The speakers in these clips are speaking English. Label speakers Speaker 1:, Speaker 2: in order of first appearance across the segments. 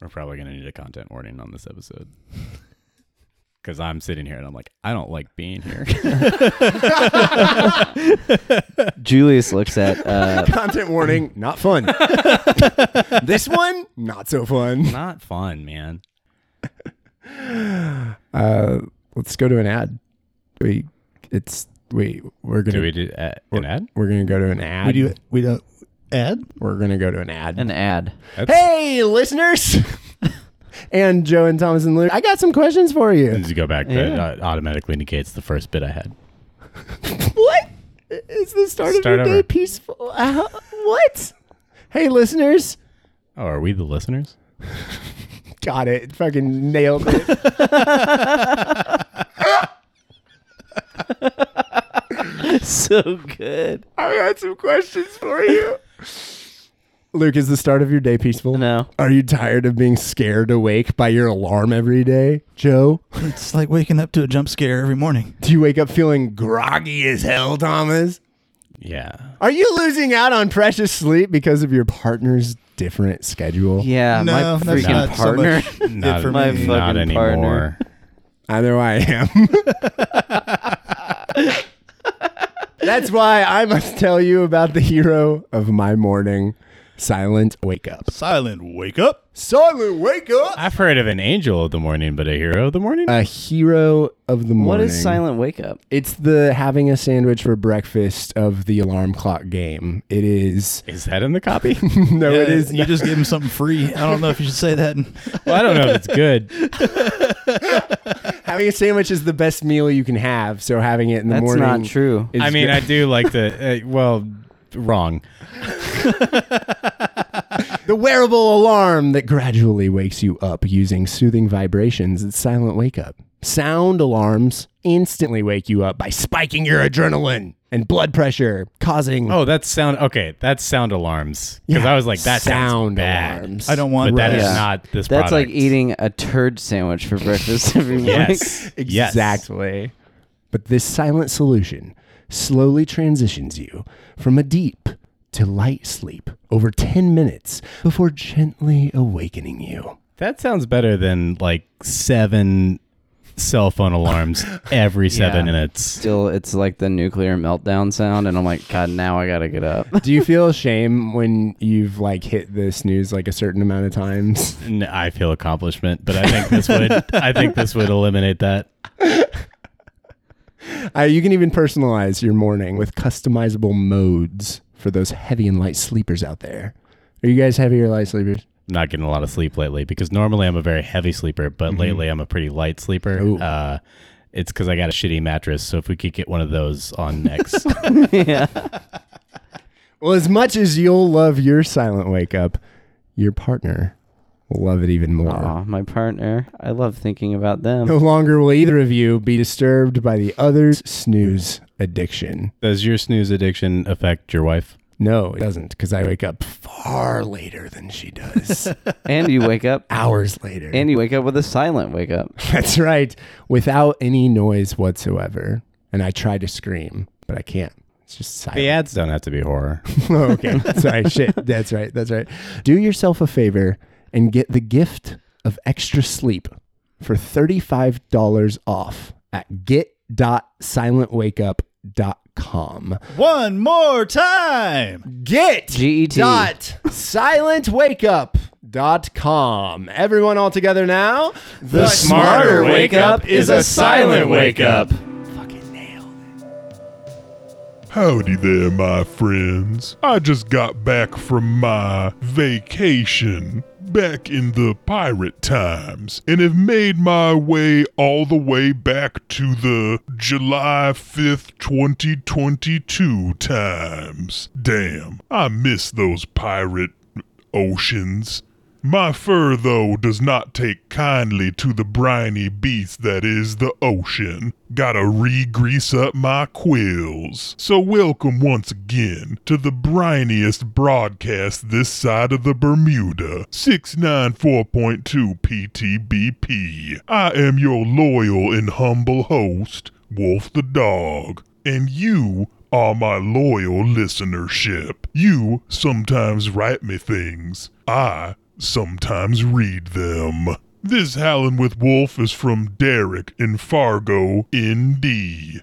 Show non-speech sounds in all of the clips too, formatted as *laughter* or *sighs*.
Speaker 1: We're probably going to need a content warning on this episode. *laughs* Because I'm sitting here and I'm like, I don't like being *laughs* here.
Speaker 2: Julius looks at uh,
Speaker 3: Content warning, not *laughs* fun. this one, not so fun.
Speaker 1: Not fun, man.
Speaker 3: Uh, let's go to an ad. We, it's we we're gonna
Speaker 1: Do we do uh, an ad?
Speaker 3: we're gonna go to an ad.
Speaker 4: We do we don't ad.
Speaker 3: We're gonna go to *laughs* an ad.
Speaker 2: an ad.
Speaker 3: hey, *laughs* listeners, and Joe and Thomas and Luke, I got some questions for you.
Speaker 1: As you go back, that uh, automatically negates the first bit I had.
Speaker 3: What is the start of
Speaker 1: Mm. Start
Speaker 3: your
Speaker 1: over.
Speaker 3: day peaceful? Uh, what? Hey, listeners,
Speaker 1: Oh, are we the listeners?
Speaker 3: got it. Fucking nailed it.
Speaker 2: so good.
Speaker 3: I got some questions for you. *laughs* Luke, is the start of your day peaceful?
Speaker 2: No.
Speaker 3: Are you tired of being scared awake by your alarm every day, Joe?
Speaker 4: It's like waking up to a jump scare every morning.
Speaker 3: Do you wake up feeling groggy as hell, Thomas?
Speaker 1: Yeah.
Speaker 3: Are you losing out on precious sleep because of your partner's different schedule?
Speaker 2: Yeah, Uh, my
Speaker 4: No, that's
Speaker 2: freaking
Speaker 4: not so
Speaker 2: partner.
Speaker 4: much
Speaker 2: *laughs*
Speaker 1: Not,
Speaker 4: good for
Speaker 2: My
Speaker 4: me.
Speaker 2: fuck-
Speaker 1: not
Speaker 2: fucking
Speaker 1: anymore.
Speaker 2: partner.
Speaker 3: I know I am. *laughs* That's why I must tell you about the hero of my morning, Silent Wake Up.
Speaker 4: Silent, wake up.
Speaker 3: Silent Wake Up!
Speaker 1: I've heard of an angel of the morning, but a hero of the morning?
Speaker 3: A hero of the morning.
Speaker 2: what is silent wake up?
Speaker 3: It's the having a sandwich for breakfast of the alarm clock game. It is. *laughs*
Speaker 1: is that in the copy?
Speaker 3: No, it
Speaker 4: Yeah,
Speaker 3: is.
Speaker 4: You just gave him something free. I don't know if you should say that.
Speaker 1: *laughs* well, I don't know if *laughs* it's good.
Speaker 3: Having a sandwich is the best meal you can have. So having it in the
Speaker 2: That's
Speaker 3: morning.
Speaker 2: not true.
Speaker 3: is
Speaker 1: I mean,
Speaker 3: good.
Speaker 1: I do like the, uh, well, wrong.
Speaker 3: The wearable alarm that gradually wakes you up using soothing vibrations at silent wake up. Sound alarms instantly wake you up by spiking your adrenaline and blood pressure, causing
Speaker 1: Oh, that's sound. Okay, that's sound alarms. Because
Speaker 3: Yeah.
Speaker 1: I was like, that sounds
Speaker 3: sound
Speaker 1: bad.
Speaker 3: alarms.
Speaker 4: I don't
Speaker 1: But
Speaker 4: want
Speaker 1: that is
Speaker 2: Yeah.
Speaker 1: not this.
Speaker 2: That's like
Speaker 1: product.
Speaker 2: eating a turd sandwich for breakfast *laughs* every morning.
Speaker 3: *laughs*
Speaker 1: Yes, Yes.
Speaker 3: exactly. But this silent solution slowly transitions you from a deep to light sleep over 10 minutes before gently awakening you.
Speaker 1: That sounds better than like seven cell phone alarms every seven
Speaker 2: Yeah.
Speaker 1: minutes.
Speaker 2: Still, it's like the nuclear meltdown sound, and I'm like, God, now I gotta get up. *laughs*
Speaker 3: Do you feel shame when you've like hit the snooze like a certain amount of times? *laughs*
Speaker 1: N- I feel accomplishment, but I think this would. I think this would eliminate that.
Speaker 3: Uh, you can even personalize your morning with customizable modes for those heavy and light sleepers out there. Are you guys heavy or light sleepers?
Speaker 1: Not getting a lot of sleep lately because normally I'm a very heavy sleeper, but lately I'm a pretty light sleeper.
Speaker 3: Ooh.
Speaker 1: Uh, it's because I got a shitty mattress. So if we could get one of those on next,
Speaker 2: yeah.
Speaker 3: Well, as much as you'll love your silent wake up, your partner will love it even more.
Speaker 2: Aw, my partner. I love thinking about them.
Speaker 3: No longer will either of you be disturbed by the other's snooze addiction.
Speaker 1: does your snooze addiction affect your wife?
Speaker 3: No, it doesn't, because I wake up far later than
Speaker 2: *laughs*
Speaker 3: she does,
Speaker 2: and you wake up.
Speaker 3: hours later.
Speaker 2: And you wake up with a silent wake up.
Speaker 3: That's right, without any noise whatsoever. And I try to scream, but I can't. It's just silent.
Speaker 1: The ads don't have to be horror.
Speaker 3: *laughs* oh, okay. Sorry. Shit. That's right. That's right. Do yourself a favor and get the gift of extra sleep for $35 off at get.silentwakeup.com.
Speaker 4: One more time.
Speaker 3: Get
Speaker 2: G-E-T.
Speaker 3: dot silentwakeup.com. Everyone all together now. The,
Speaker 2: smarter wake up is a silent wake up.
Speaker 3: Fucking nail.
Speaker 5: Howdy there, my friends. I just got back from my vacation back in the pirate times and have made my way all the way back to the July 5th, 2022 times. Damn, I miss those pirate oceans. My fur, though, does not take kindly to the briny beast that is the ocean. Gotta re grease up my quills. So, welcome once again to the briniest broadcast this side of the Bermuda 694.2 PTBP. I am your loyal and humble host, Wolf the Dog, and you are my loyal listenership. You sometimes write me things. I sometimes read them. This Howlin' with Wolf is from Derek in Fargo, ND,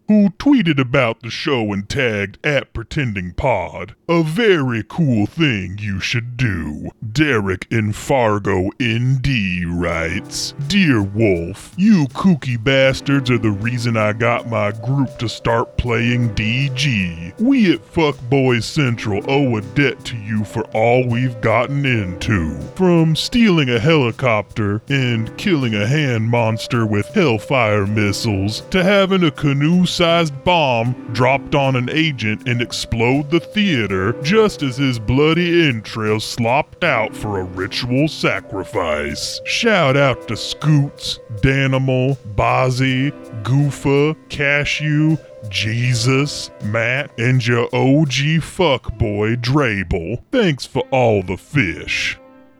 Speaker 5: who tweeted about the show and tagged at Pretending Pod. A very cool thing you should do. Derek in Fargo, ND writes Dear Wolf, you kooky bastards are the reason I got my group to start playing DG. We at Fuckboy Central owe a debt to you for all we've gotten into. From stealing a helicopter and killing a hand monster with hellfire missiles to having a canoe sized bomb dropped on an agent and explode the theater just as his bloody entrails slopped out for a ritual sacrifice. Shout out to Scoots, Danimal, Bozzy, Goofa, Cashew, Jesus, Matt, and your OG fuckboy Drable. Thanks for all the fish.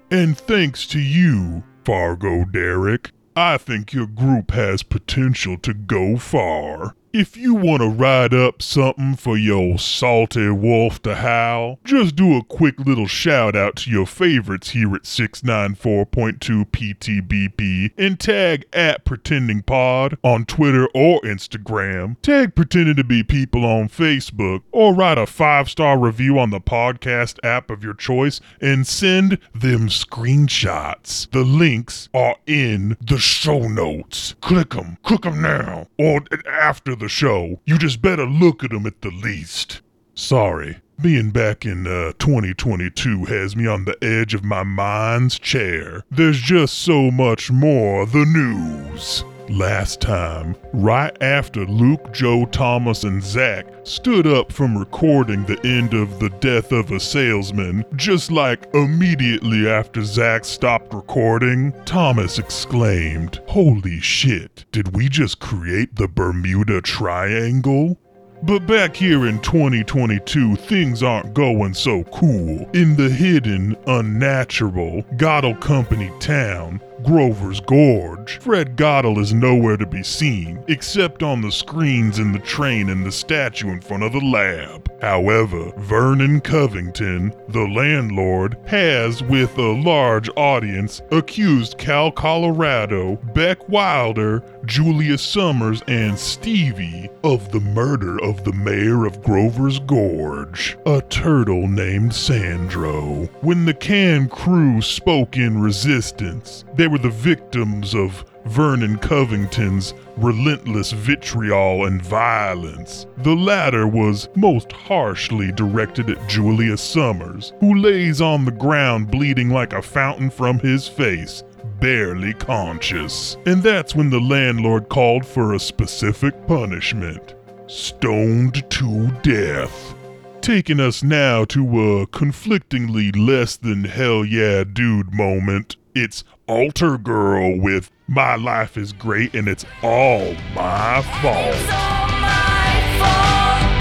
Speaker 5: And thanks to you, Fargo Derek, I think your group has potential to go far. If you want to write up something for your salty wolf to howl, just do a quick little shout out to your favorites here at 694.2 PTBP and tag at Pretending Pod on Twitter or Instagram. Tag Pretending to Be People on Facebook or write a five star review on the podcast app of your choice and send them screenshots. The links are in the show notes. Click them. Click them now or a- after the show. You just better look at them at the least. Sorry. Being back in uh, 2022 has me on the edge of my mind's chair. There's just so much more the news. Last time, right after Luke, Joe, Thomas, and Zach stood up from recording the end of The Death of a Salesman, just like immediately after Zach stopped recording, Thomas exclaimed, Holy shit, did we just create the Bermuda Triangle? But back here in 2022, things aren't going so cool. In the hidden, unnatural Goddle Company town, Grover's Gorge, Fred Goddle is nowhere to be seen, except on the screens in the train and the statue in front of the lab. However, Vernon Covington, the landlord, has, with a large audience, accused Cal Colorado, Beck Wilder, Julius Summers, and Stevie of the murder of the mayor of Grover's Gorge, a turtle named Sandro. When the can crew spoke in resistance, they were the victims of Vernon Covington's relentless vitriol and violence. The latter was most harshly directed at Julius Summers, who lays on the ground bleeding like a fountain from his face barely conscious. And that's when the landlord called for a specific punishment stoned to death. Taking us now to a conflictingly less than hell yeah dude moment. It's Alter Girl with My Life is Great and It's All My Fault.
Speaker 6: It's all my fault.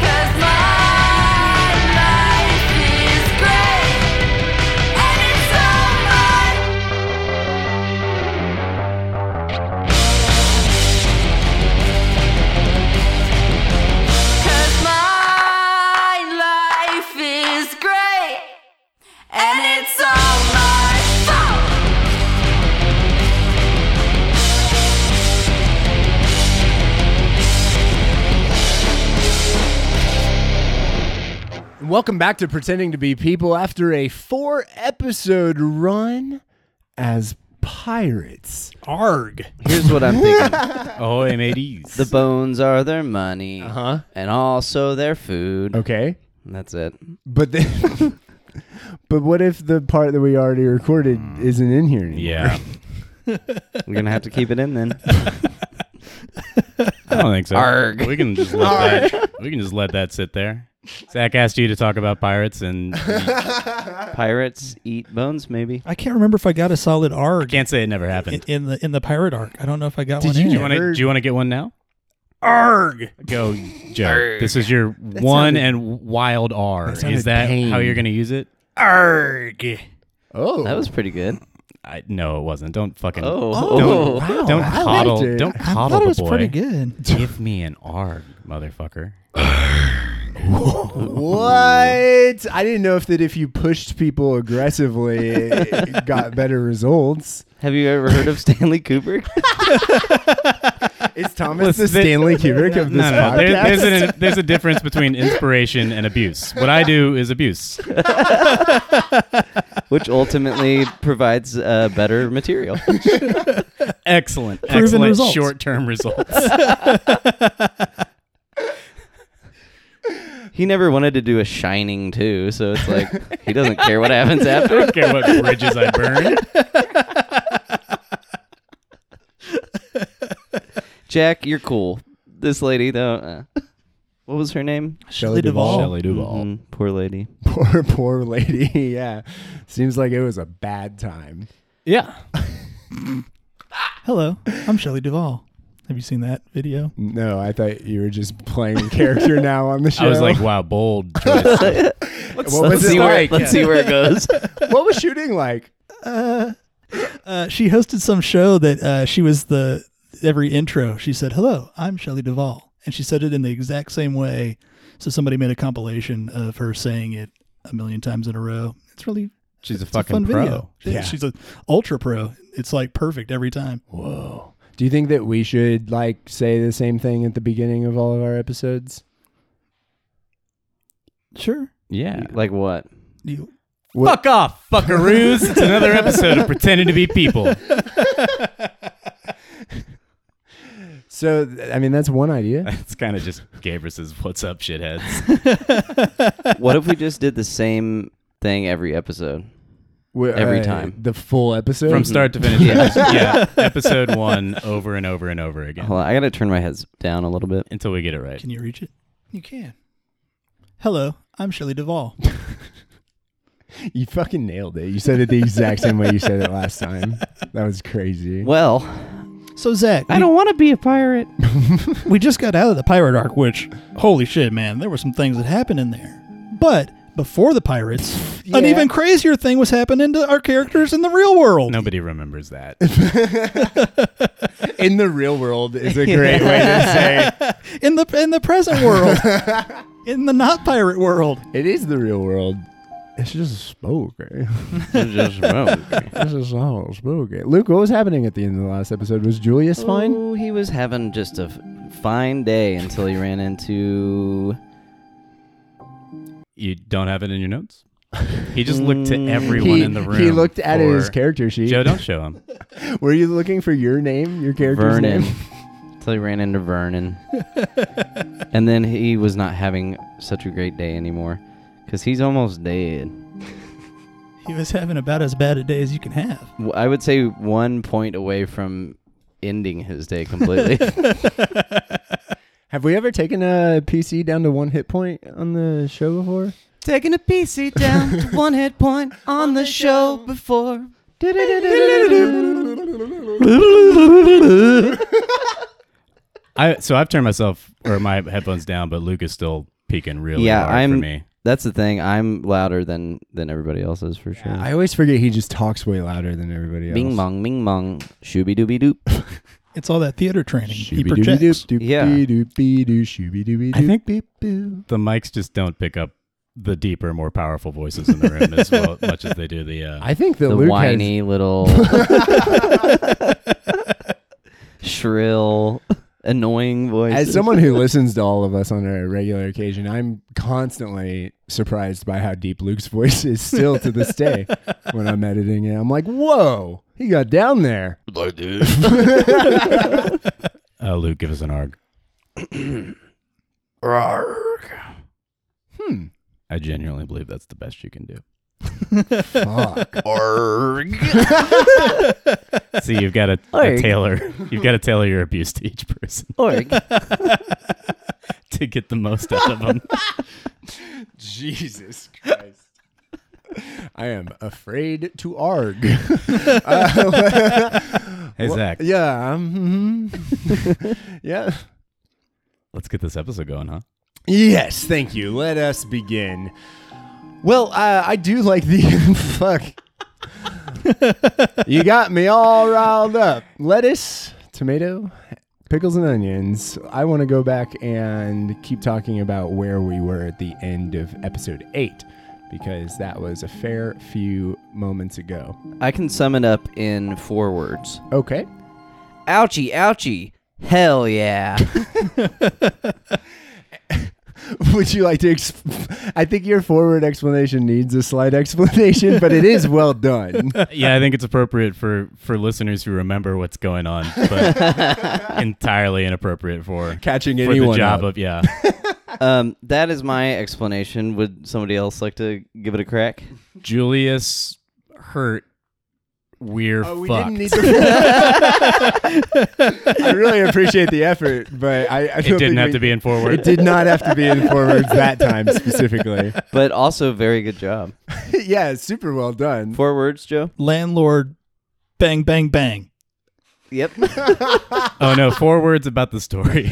Speaker 6: 'Cause my life is great, and it's all mine. Cause my life is great, and it's all my fault.
Speaker 3: Welcome back to Pretending to Be People after a four episode run as pirates.
Speaker 4: Arg.
Speaker 2: Here's what I'm thinking:
Speaker 4: *laughs*
Speaker 1: Oh, mateys.
Speaker 2: the bones are their money,
Speaker 3: Uh-huh.
Speaker 2: and also their food.
Speaker 3: Okay.
Speaker 2: That's it.
Speaker 3: But then, *laughs* but what if the part that we already recorded isn't in here anymore?
Speaker 1: yeah.
Speaker 2: We're gonna have to keep it in *laughs* then.
Speaker 1: I don't think so.
Speaker 2: Arg.
Speaker 1: We can just let that. We can just let that sit there. Zach asked you to talk about pirates, and you
Speaker 2: Pirates eat bones, maybe.
Speaker 4: I can't remember if I got a solid arg
Speaker 1: can't say it never
Speaker 3: *laughs*
Speaker 4: in,
Speaker 1: happened.
Speaker 4: in the in the pirate arc. I don't know if I got one.
Speaker 1: Do
Speaker 4: in.
Speaker 1: you want to? Do you want to get one now? Arg. Go, Joe. This is your one and wild R.
Speaker 3: that sounded
Speaker 1: is that how
Speaker 3: pained.
Speaker 1: you're going to use it?
Speaker 4: arg?
Speaker 3: Oh.
Speaker 2: That was pretty good.
Speaker 1: I, no, it wasn't. Don't fucking.
Speaker 2: Oh, *laughs*
Speaker 3: wow.
Speaker 1: Don't
Speaker 3: I liked
Speaker 1: coddle.
Speaker 3: it.
Speaker 1: Don't
Speaker 4: I
Speaker 1: coddle
Speaker 4: thought it
Speaker 1: the
Speaker 4: was
Speaker 1: boy.
Speaker 4: pretty good.
Speaker 1: Give me an arg, motherfucker.
Speaker 3: What? I didn't know if that if you pushed people aggressively, it got better results.
Speaker 2: Have you ever heard of Stanley *laughs* Kubrick?
Speaker 3: Is Thomas the
Speaker 1: Listen,
Speaker 3: Stanley Kubrick of
Speaker 1: *laughs*
Speaker 3: this
Speaker 1: No, no, no. There-
Speaker 3: podcast?
Speaker 1: there's,
Speaker 3: *laughs*
Speaker 1: an, there's a difference between inspiration and abuse. What I do is abuse.
Speaker 2: Which ultimately provides uh, better material.
Speaker 1: Excellent,
Speaker 4: Proven
Speaker 1: excellent
Speaker 4: results.
Speaker 1: short-term results. *laughs*
Speaker 2: He never wanted to do a Shining too, so it's like he doesn't care what happens after.
Speaker 1: don't care what bridges I burn.
Speaker 2: Jack, you're cool. This lady though, uh, what was her name?
Speaker 4: Shelley Duvall.
Speaker 1: Shelley Duvall.
Speaker 2: Mm, poor lady.
Speaker 3: *laughs* poor, poor lady. *laughs* Yeah. Seems like it was a bad time.
Speaker 1: Yeah.
Speaker 4: Hello, I'm Shelley Duvall. Have you seen that video?
Speaker 3: No, I thought you were just playing a
Speaker 1: *laughs*
Speaker 3: character now on the show.
Speaker 1: I was like, wow, bold choice.
Speaker 2: Let's,
Speaker 3: What was
Speaker 2: let's
Speaker 3: it
Speaker 2: see where
Speaker 3: like?
Speaker 2: let's see where it *laughs* goes.
Speaker 3: what was shooting like?
Speaker 4: Uh, she hosted some show that uh, she was the every intro. She said, "Hello, I'm Shelley Duvall," and she said it in the exact same way. So somebody made a compilation of her saying it a million times in a row. It's really
Speaker 1: She's a
Speaker 4: it's a
Speaker 1: fucking
Speaker 4: fun
Speaker 1: pro.
Speaker 4: video. She-
Speaker 3: Yeah.
Speaker 4: she's a ultra pro. It's like perfect every time.
Speaker 3: Whoa. Do you think that we should like say the same thing at the beginning of all of our episodes?
Speaker 4: Sure.
Speaker 1: Yeah.
Speaker 2: Like what?
Speaker 4: You
Speaker 1: Fuck off, fuckaroos. it's another episode of Pretending to Be People.
Speaker 3: So, th- I mean, that's one *laughs* idea.
Speaker 1: It's kind of just Gabrus's what's up, shitheads.
Speaker 2: What if we just did the same thing every episode?
Speaker 3: We- uh,
Speaker 2: Every time.
Speaker 3: the full episode.
Speaker 1: From start to finish. Yeah. yeah. Episode one over and over and over again
Speaker 2: Hold on, I gotta turn my heads down a little bit.
Speaker 1: until we get it right.
Speaker 4: can you reach it? You can. Hello, I'm Shelley Duvall.
Speaker 3: *laughs* you fucking nailed it. You said it the exact same way you said it last *laughs* time. That was crazy.
Speaker 2: Well,
Speaker 4: So Zach,
Speaker 2: I
Speaker 4: we-
Speaker 2: don't want to be a pirate.
Speaker 4: we just got out of the pirate arc, which holy shit, man, there were some things that happened in there. But before the pirates,
Speaker 3: Yeah.
Speaker 4: an even crazier thing was happening to our characters in the real world. *laughs*
Speaker 1: Nobody remembers that.
Speaker 3: In the real world is *laughs* a great way to say it.
Speaker 4: In the in the present world. *laughs* in the not pirate world.
Speaker 3: it is the real world. It's just eh? spooky.
Speaker 2: Just- oh,
Speaker 3: This is all spooky. eh? Luke, what was happening at the end of the last episode? Was Julius fine?
Speaker 2: Oh, he was having just a f- fine day until he ran into.
Speaker 1: You don't have it in your notes? He just looked to everyone
Speaker 3: Mm, he,
Speaker 1: in the room.
Speaker 3: he looked at
Speaker 1: for-
Speaker 3: his character sheet.
Speaker 1: Joe, don't show him.
Speaker 3: *laughs* Were you looking for your name, your character's
Speaker 2: Vernon.
Speaker 3: name?
Speaker 2: *laughs* Until he ran into Vernon. and then he was not having such a great day anymore because he's almost dead.
Speaker 4: He was having about as bad a day as you can have.
Speaker 2: W- I would say one point away from ending his day completely.
Speaker 3: Have we ever taken a PC down to one hit point on the show before?
Speaker 2: *laughs* Taking a PC down to one hit point on the show *laughs* before.
Speaker 1: I so I've turned myself or my headphones down, but Luke is still peeking really
Speaker 2: Yeah,
Speaker 1: hard for
Speaker 2: I'm-
Speaker 1: me.
Speaker 2: That's the thing. I'm louder than than everybody else is for sure.
Speaker 3: I always forget he just talks way louder than everybody else.
Speaker 2: Bing bong, bing bong, shooby dooby doop.
Speaker 4: It's all that theater training. He
Speaker 3: Shooby-dooby-doop,
Speaker 4: projects.
Speaker 3: doop-dee-doop,
Speaker 2: Yeah.
Speaker 3: doop-dee-doo, shooby-dooby-doop,
Speaker 1: I think-
Speaker 3: beep-boo.
Speaker 1: The mics just don't pick up the deeper, more powerful voices in the room as well, much as they do the. Uh,
Speaker 3: I think that
Speaker 2: The
Speaker 3: Luke *laughs*
Speaker 2: whiny little, shrill, annoying voice.
Speaker 3: has, as
Speaker 2: *laughs*
Speaker 3: someone who listens to all of us on a regular occasion, I'm constantly surprised by how deep Luke's voice is still to this day when I'm editing it. I'm like, whoa, he got down there.
Speaker 1: uh, Luke, give us an arg.
Speaker 3: Hmm,
Speaker 1: I genuinely believe that's the best you can do.
Speaker 3: fuck.
Speaker 1: See, you've got to
Speaker 2: Arg.
Speaker 1: tailor. You've got to tailor your abuse to each person *laughs*
Speaker 3: *laughs*
Speaker 2: Org.
Speaker 1: to get the most out of them.
Speaker 3: Jesus Christ. I am afraid to arg. *laughs* Uh,
Speaker 1: Hey
Speaker 3: Well,
Speaker 1: Zach,
Speaker 3: Yeah. Um, mhm. *laughs* yeah.
Speaker 1: let's get this episode going, huh?
Speaker 3: Yes. Thank you. Let us begin. Well, uh, I do like the *laughs* fuck. you got me all riled up. Lettuce, tomato, pickles and onions. I want to go back and keep talking about where we were at the end of episode eight because that was a fair few moments ago.
Speaker 2: I can sum it up in four words.
Speaker 3: Okay. *laughs*
Speaker 2: Ouchie, ouchie. Hell
Speaker 3: *laughs*
Speaker 2: yeah.
Speaker 3: Would you like to? Exp- *laughs* I think your forward explanation needs a slight *laughs* explanation, but it is
Speaker 1: *laughs*
Speaker 3: well done.
Speaker 1: yeah, I think it's appropriate for for listeners who remember what's going on, but
Speaker 3: *laughs*
Speaker 1: entirely inappropriate for
Speaker 3: Catching
Speaker 1: for
Speaker 3: anyone
Speaker 1: the job
Speaker 3: up.
Speaker 1: of yeah.
Speaker 2: um, that is my explanation. Would somebody else like to give it a crack?
Speaker 1: *laughs* Julius hurt. We're
Speaker 3: Oh,
Speaker 1: fucked.
Speaker 3: we didn't *laughs* need to. I really appreciate the effort, but I, I
Speaker 1: it
Speaker 3: don't
Speaker 1: didn't
Speaker 3: think
Speaker 1: have
Speaker 3: we-
Speaker 1: to be in four
Speaker 3: It
Speaker 1: words.
Speaker 3: *laughs* did not have to be in four words that time specifically.
Speaker 2: But also, very good job.
Speaker 3: *laughs* yeah, it's super well done.
Speaker 2: Four words, Joe?
Speaker 4: Landlord, bang, bang, bang.
Speaker 2: Yep.
Speaker 1: Oh no, four words about the story.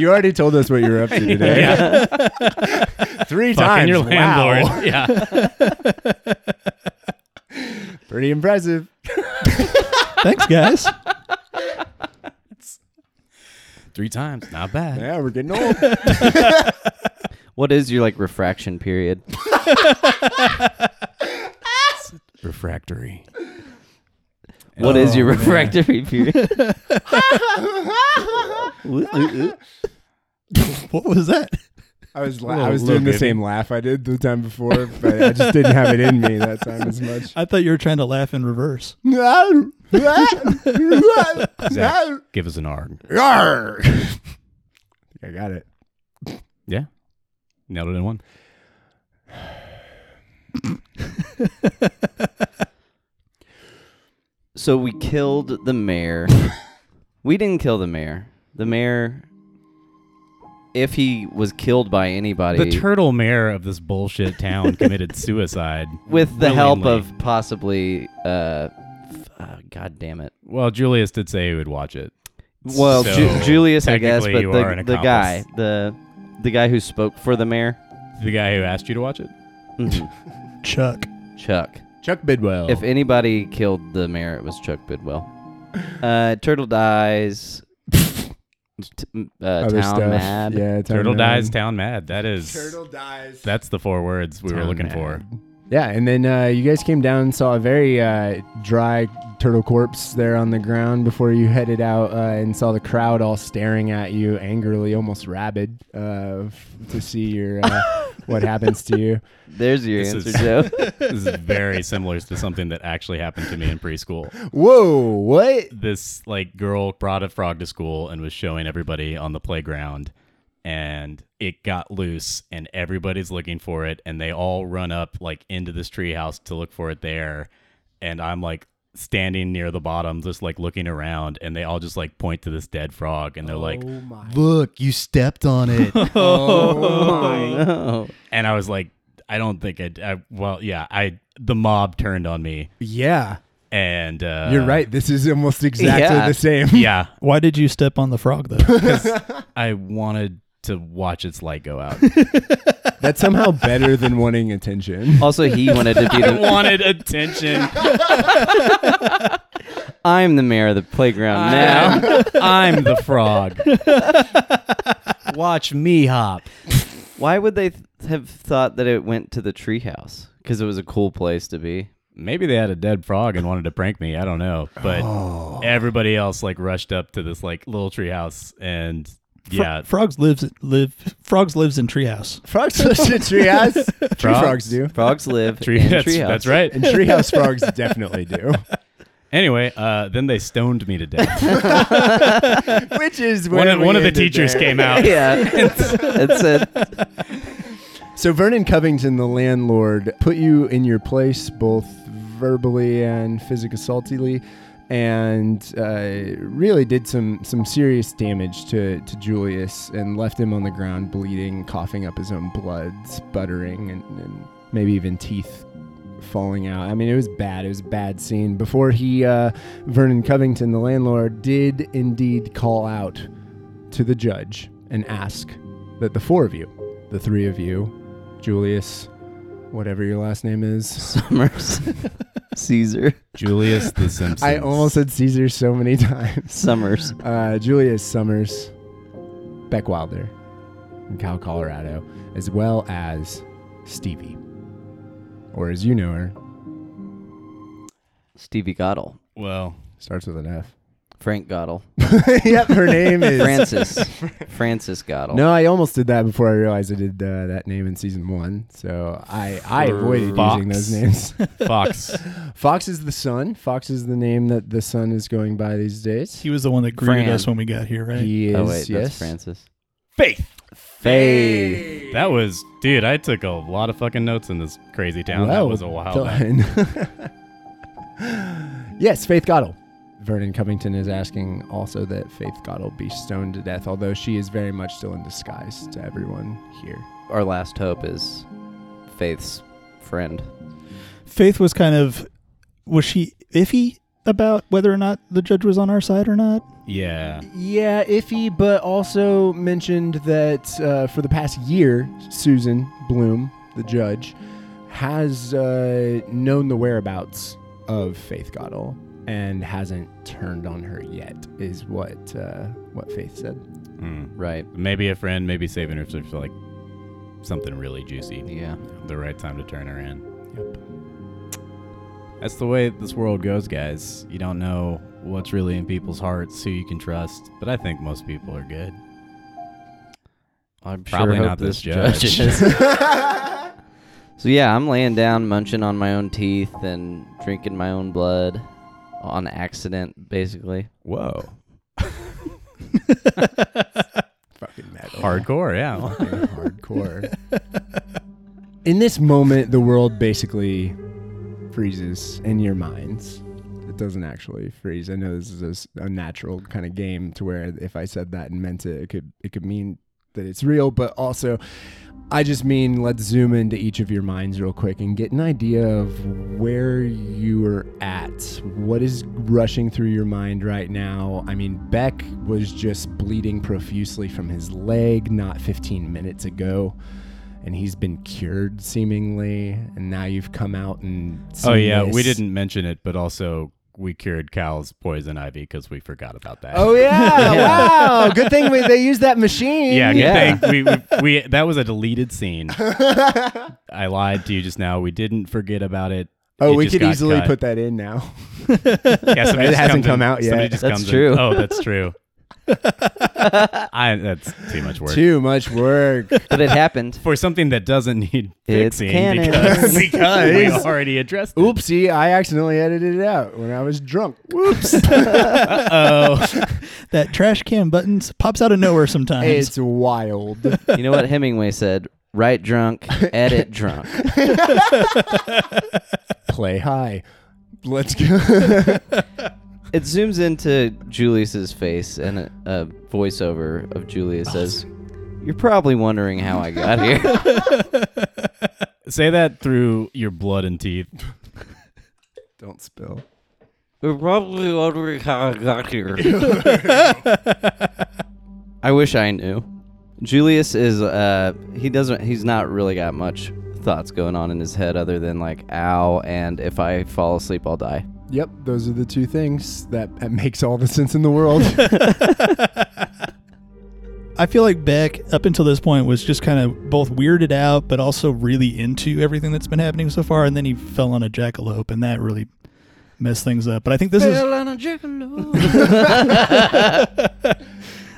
Speaker 3: You already told us what you were up to
Speaker 1: *laughs*
Speaker 3: today.
Speaker 1: yeah,
Speaker 3: Three
Speaker 1: fucking
Speaker 3: times.
Speaker 1: your
Speaker 3: Wow.
Speaker 1: landlord. *laughs* Yeah,
Speaker 3: Pretty impressive.
Speaker 4: Thanks,
Speaker 3: *laughs*
Speaker 4: guys.
Speaker 1: three times, not bad.
Speaker 3: Yeah, we're getting *laughs* old.
Speaker 2: *laughs* what is your like refraction period?
Speaker 1: Refractory.
Speaker 2: What is your *laughs* refractory period? Ooh, ooh, ooh.
Speaker 4: What was that?
Speaker 3: I was la-
Speaker 1: Little-
Speaker 3: I was
Speaker 1: little
Speaker 3: doing the
Speaker 1: baby.
Speaker 3: same laugh I did the time before, but I just didn't have it in me that time as *laughs* much.
Speaker 4: I thought you were trying to laugh in reverse.
Speaker 3: *laughs*
Speaker 1: Zach, give us an R.
Speaker 3: Arr! I got it.
Speaker 1: Yeah, nailed it in one.
Speaker 2: So we killed the mayor. we didn't kill the mayor. The mayor, if he was killed by anybody,
Speaker 1: The turtle mayor of this bullshit town committed suicide
Speaker 2: with the help
Speaker 1: willingly.
Speaker 2: of possibly, uh, f- uh, god damn it.
Speaker 1: Well, Julius did say he would watch it.
Speaker 2: Well,
Speaker 1: So,
Speaker 2: Ju- Julius, I guess,
Speaker 1: technically
Speaker 2: but
Speaker 1: you are
Speaker 2: the,
Speaker 1: an
Speaker 2: the guy,
Speaker 1: accomplice.
Speaker 2: the the guy who spoke for the
Speaker 1: *laughs*
Speaker 2: mayor,
Speaker 1: The guy who asked you to watch it?
Speaker 2: Mhm.
Speaker 4: Chuck.
Speaker 2: Chuck.
Speaker 3: Chuck Bidwell.
Speaker 1: Oh.
Speaker 2: If anybody killed the mayor, it was Chuck Bidwell. Uh, Turtle dies. T- m- uh,
Speaker 3: Other
Speaker 2: town
Speaker 3: stuff.
Speaker 2: mad.
Speaker 3: Yeah, town
Speaker 1: Turtle
Speaker 3: mad.
Speaker 1: dies, town mad. That is
Speaker 3: dies.
Speaker 1: that's the four words we were
Speaker 2: Town
Speaker 1: looking
Speaker 2: mad.
Speaker 1: for.
Speaker 3: Yeah, and then uh, you guys came down and saw a very uh, dry turtle corpse there on the ground before you headed out uh, and saw the crowd all staring at you angrily, almost rabid, uh, f- to see your *laughs* uh, what happens to you.
Speaker 2: There's your
Speaker 1: This
Speaker 2: answer,
Speaker 1: is-
Speaker 2: Joe.
Speaker 1: *laughs* This
Speaker 2: *laughs*
Speaker 1: is very similar to something that actually happened to me in preschool.
Speaker 3: Whoa, what?
Speaker 1: This like girl brought a frog to school and was showing everybody on the playground and it got loose and everybody's looking for it and they all run up like into this treehouse to look for it there and I'm like standing near the bottom just like looking around and they all just like point to this dead frog and they're like
Speaker 7: Look, you stepped on it.
Speaker 2: No.
Speaker 1: and I was like, I don't think I'd, I. Well, yeah, I. The mob turned on me,
Speaker 3: Yeah,
Speaker 1: and uh,
Speaker 3: you're right. *laughs* This is almost exactly
Speaker 2: Yeah.
Speaker 3: the *laughs* same.
Speaker 1: Yeah,
Speaker 4: *laughs* Why did you step on the frog, though?
Speaker 1: I wanted to watch its light go out.
Speaker 3: That's somehow better than wanting attention.
Speaker 2: Also, he wanted to
Speaker 1: *laughs*
Speaker 2: be
Speaker 1: I
Speaker 2: the.
Speaker 1: wanted attention.
Speaker 2: I'm the mayor of the playground now.
Speaker 1: I'm the
Speaker 3: *laughs*
Speaker 1: frog. Watch me hop.
Speaker 2: Why would they th- have thought that it went to the treehouse? Because it was a cool place to be.
Speaker 1: Maybe they had a dead frog and wanted to prank me. I don't know, but
Speaker 3: Oh.
Speaker 1: everybody else like rushed up to this like little treehouse and yeah,
Speaker 4: frogs lives live. Frogs lives in
Speaker 3: *laughs*
Speaker 4: treehouse.
Speaker 3: Frogs live in treehouse. Tree
Speaker 1: Frogs?
Speaker 3: frogs do, *laughs*
Speaker 2: Frogs
Speaker 1: *laughs*
Speaker 2: live
Speaker 1: tree.
Speaker 2: in
Speaker 1: That's,
Speaker 2: treehouse.
Speaker 1: that's right.
Speaker 3: and treehouse frogs definitely do.
Speaker 1: Anyway, uh, then they stoned me to death.
Speaker 3: *laughs* Which is
Speaker 1: one
Speaker 3: *laughs* where
Speaker 1: of,
Speaker 3: we
Speaker 1: one of the
Speaker 3: ended
Speaker 1: teachers
Speaker 2: *laughs*
Speaker 3: there.
Speaker 1: came
Speaker 3: *laughs*
Speaker 1: out. *laughs*
Speaker 2: Yeah, it said
Speaker 3: So Vernon Covington, the landlord, put you in your place both verbally and physic assaultively, and uh, really did some some serious damage to, to Julius and left him on the ground bleeding, coughing up his own blood, sputtering, and, and maybe even teeth falling out. I mean, it was bad. It was a bad scene. Before he, uh, Vernon Covington, the landlord, did indeed call out to the judge and ask that the four of you, the three of you, Julius, whatever your last name is,
Speaker 2: Summers. Caesar
Speaker 1: Julius the Simpsons.
Speaker 3: I almost said Caesar so many *laughs* times.
Speaker 2: Summers.
Speaker 3: Uh, Julius Summers, Beck Wilder, in Cal, Colorado, as well as Stevie, or as you know her,
Speaker 2: Stevie Goddle.
Speaker 1: Well,
Speaker 3: starts with an F. *laughs*
Speaker 2: Frank Goddle.
Speaker 3: yep, her name is
Speaker 1: *laughs*
Speaker 2: Francis. Francis Goddle.
Speaker 3: No, I almost did that before I realized I did uh, that name in season one. So I I avoided
Speaker 1: Fox.
Speaker 3: using those names. *laughs*
Speaker 1: Fox.
Speaker 3: Fox is the son. Fox is the name that the son is going by these days.
Speaker 4: He was the one that greeted
Speaker 2: Fran.
Speaker 4: us when we got here, right?
Speaker 3: He is
Speaker 2: Oh wait, that's
Speaker 3: yes.
Speaker 2: Francis.
Speaker 1: Faith.
Speaker 2: Faith.
Speaker 1: That was, dude. I took a lot of fucking notes in this crazy town. that was a while back.
Speaker 3: done. *laughs* yes, Faith Goddle. Vernon Covington is asking also that Faith Goddle be stoned to death, although she is very much still in disguise to everyone here.
Speaker 2: Our last hope is Faith's friend.
Speaker 4: Faith was kind of was she iffy about whether or not the judge was on our side or not?
Speaker 1: Yeah.
Speaker 3: Yeah, iffy, but also mentioned that uh, for the past year, Susan Bloom, the judge, has uh, known the whereabouts of Faith Goddle and hasn't turned on her yet, is what uh, what Faith said.
Speaker 1: Mm.
Speaker 2: Right.
Speaker 1: Maybe a friend. Maybe saving her for like something really juicy.
Speaker 2: Yeah.
Speaker 1: The right time to turn her in. Yep. That's the way this world goes, guys. You don't know what's really in people's hearts, who you can trust. But I think most people are good.
Speaker 2: I'm
Speaker 1: Probably
Speaker 2: hope
Speaker 1: not this judge.
Speaker 2: is. so yeah, I'm laying down, munching on my own teeth and drinking my own blood on accident, basically.
Speaker 1: *laughs* Whoa.
Speaker 3: *laughs* Fucking metal.
Speaker 1: Hardcore. Yeah.
Speaker 3: Fucking hardcore. In this moment, the world basically freezes in your minds. It doesn't actually freeze. I know this is a s- a, natural kind of game to where if I said that and meant it, it could it could mean that it's real, but also I just mean let's zoom into each of your minds real quick and get an idea of where you are at. What is rushing through your mind right now? I mean, Beck was just bleeding profusely from his leg not 15 minutes ago, and he's been cured seemingly, and now you've come out and.
Speaker 1: Oh
Speaker 3: seen
Speaker 1: yeah, we
Speaker 3: this.
Speaker 1: didn't mention it, but also we cured Cal's poison ivy because we forgot about that.
Speaker 3: Oh *laughs* yeah! wow, good thing we, they used that machine.
Speaker 1: yeah, good
Speaker 2: yeah.
Speaker 1: thing we, we,
Speaker 3: *laughs*
Speaker 1: we that was a deleted scene. I lied to you just now. We didn't forget about it.
Speaker 3: Oh,
Speaker 1: It
Speaker 3: we
Speaker 1: just
Speaker 3: could
Speaker 1: got
Speaker 3: easily
Speaker 1: cut.
Speaker 3: put that in now. *laughs*
Speaker 1: Yeah, somebody
Speaker 3: It
Speaker 1: just
Speaker 3: hasn't
Speaker 1: comes in-
Speaker 3: come out yet.
Speaker 1: somebody just
Speaker 2: That's
Speaker 1: comes in.
Speaker 2: true.
Speaker 1: Oh, that's true.
Speaker 3: *laughs*
Speaker 1: I that's too much work
Speaker 3: Too much *laughs* work.
Speaker 2: But it happened.
Speaker 1: for something that doesn't need
Speaker 2: It's
Speaker 1: fixing
Speaker 2: canon.
Speaker 1: because,
Speaker 3: *laughs* Because-
Speaker 1: we already addressed. it.
Speaker 3: Oopsie, I accidentally edited it out when I was drunk. Whoops.
Speaker 1: Oh,
Speaker 4: That trash can button s- pops out of nowhere sometimes.
Speaker 3: it's wild. *laughs*
Speaker 2: You know what Hemingway said? Write drunk, edit drunk.
Speaker 3: Play high. Let's go.
Speaker 2: It zooms into Julius's face, and a, a voiceover of Julius says, "You're probably wondering how I got here."
Speaker 1: Say that through your blood and teeth.
Speaker 3: *laughs* Don't spill.
Speaker 2: You're probably wondering how I got here. I wish I knew. Julius is uh he doesn't he's not really got much thoughts going on in his head other than like ow and if I fall asleep I'll die.
Speaker 3: Yep, those are the two things that, that makes all the sense in the *laughs* world.
Speaker 4: I feel like Beck up until this point was just kind of both weirded out but also really into everything that's been happening so far and then he fell on a jackalope and that really messed things up. But I think this is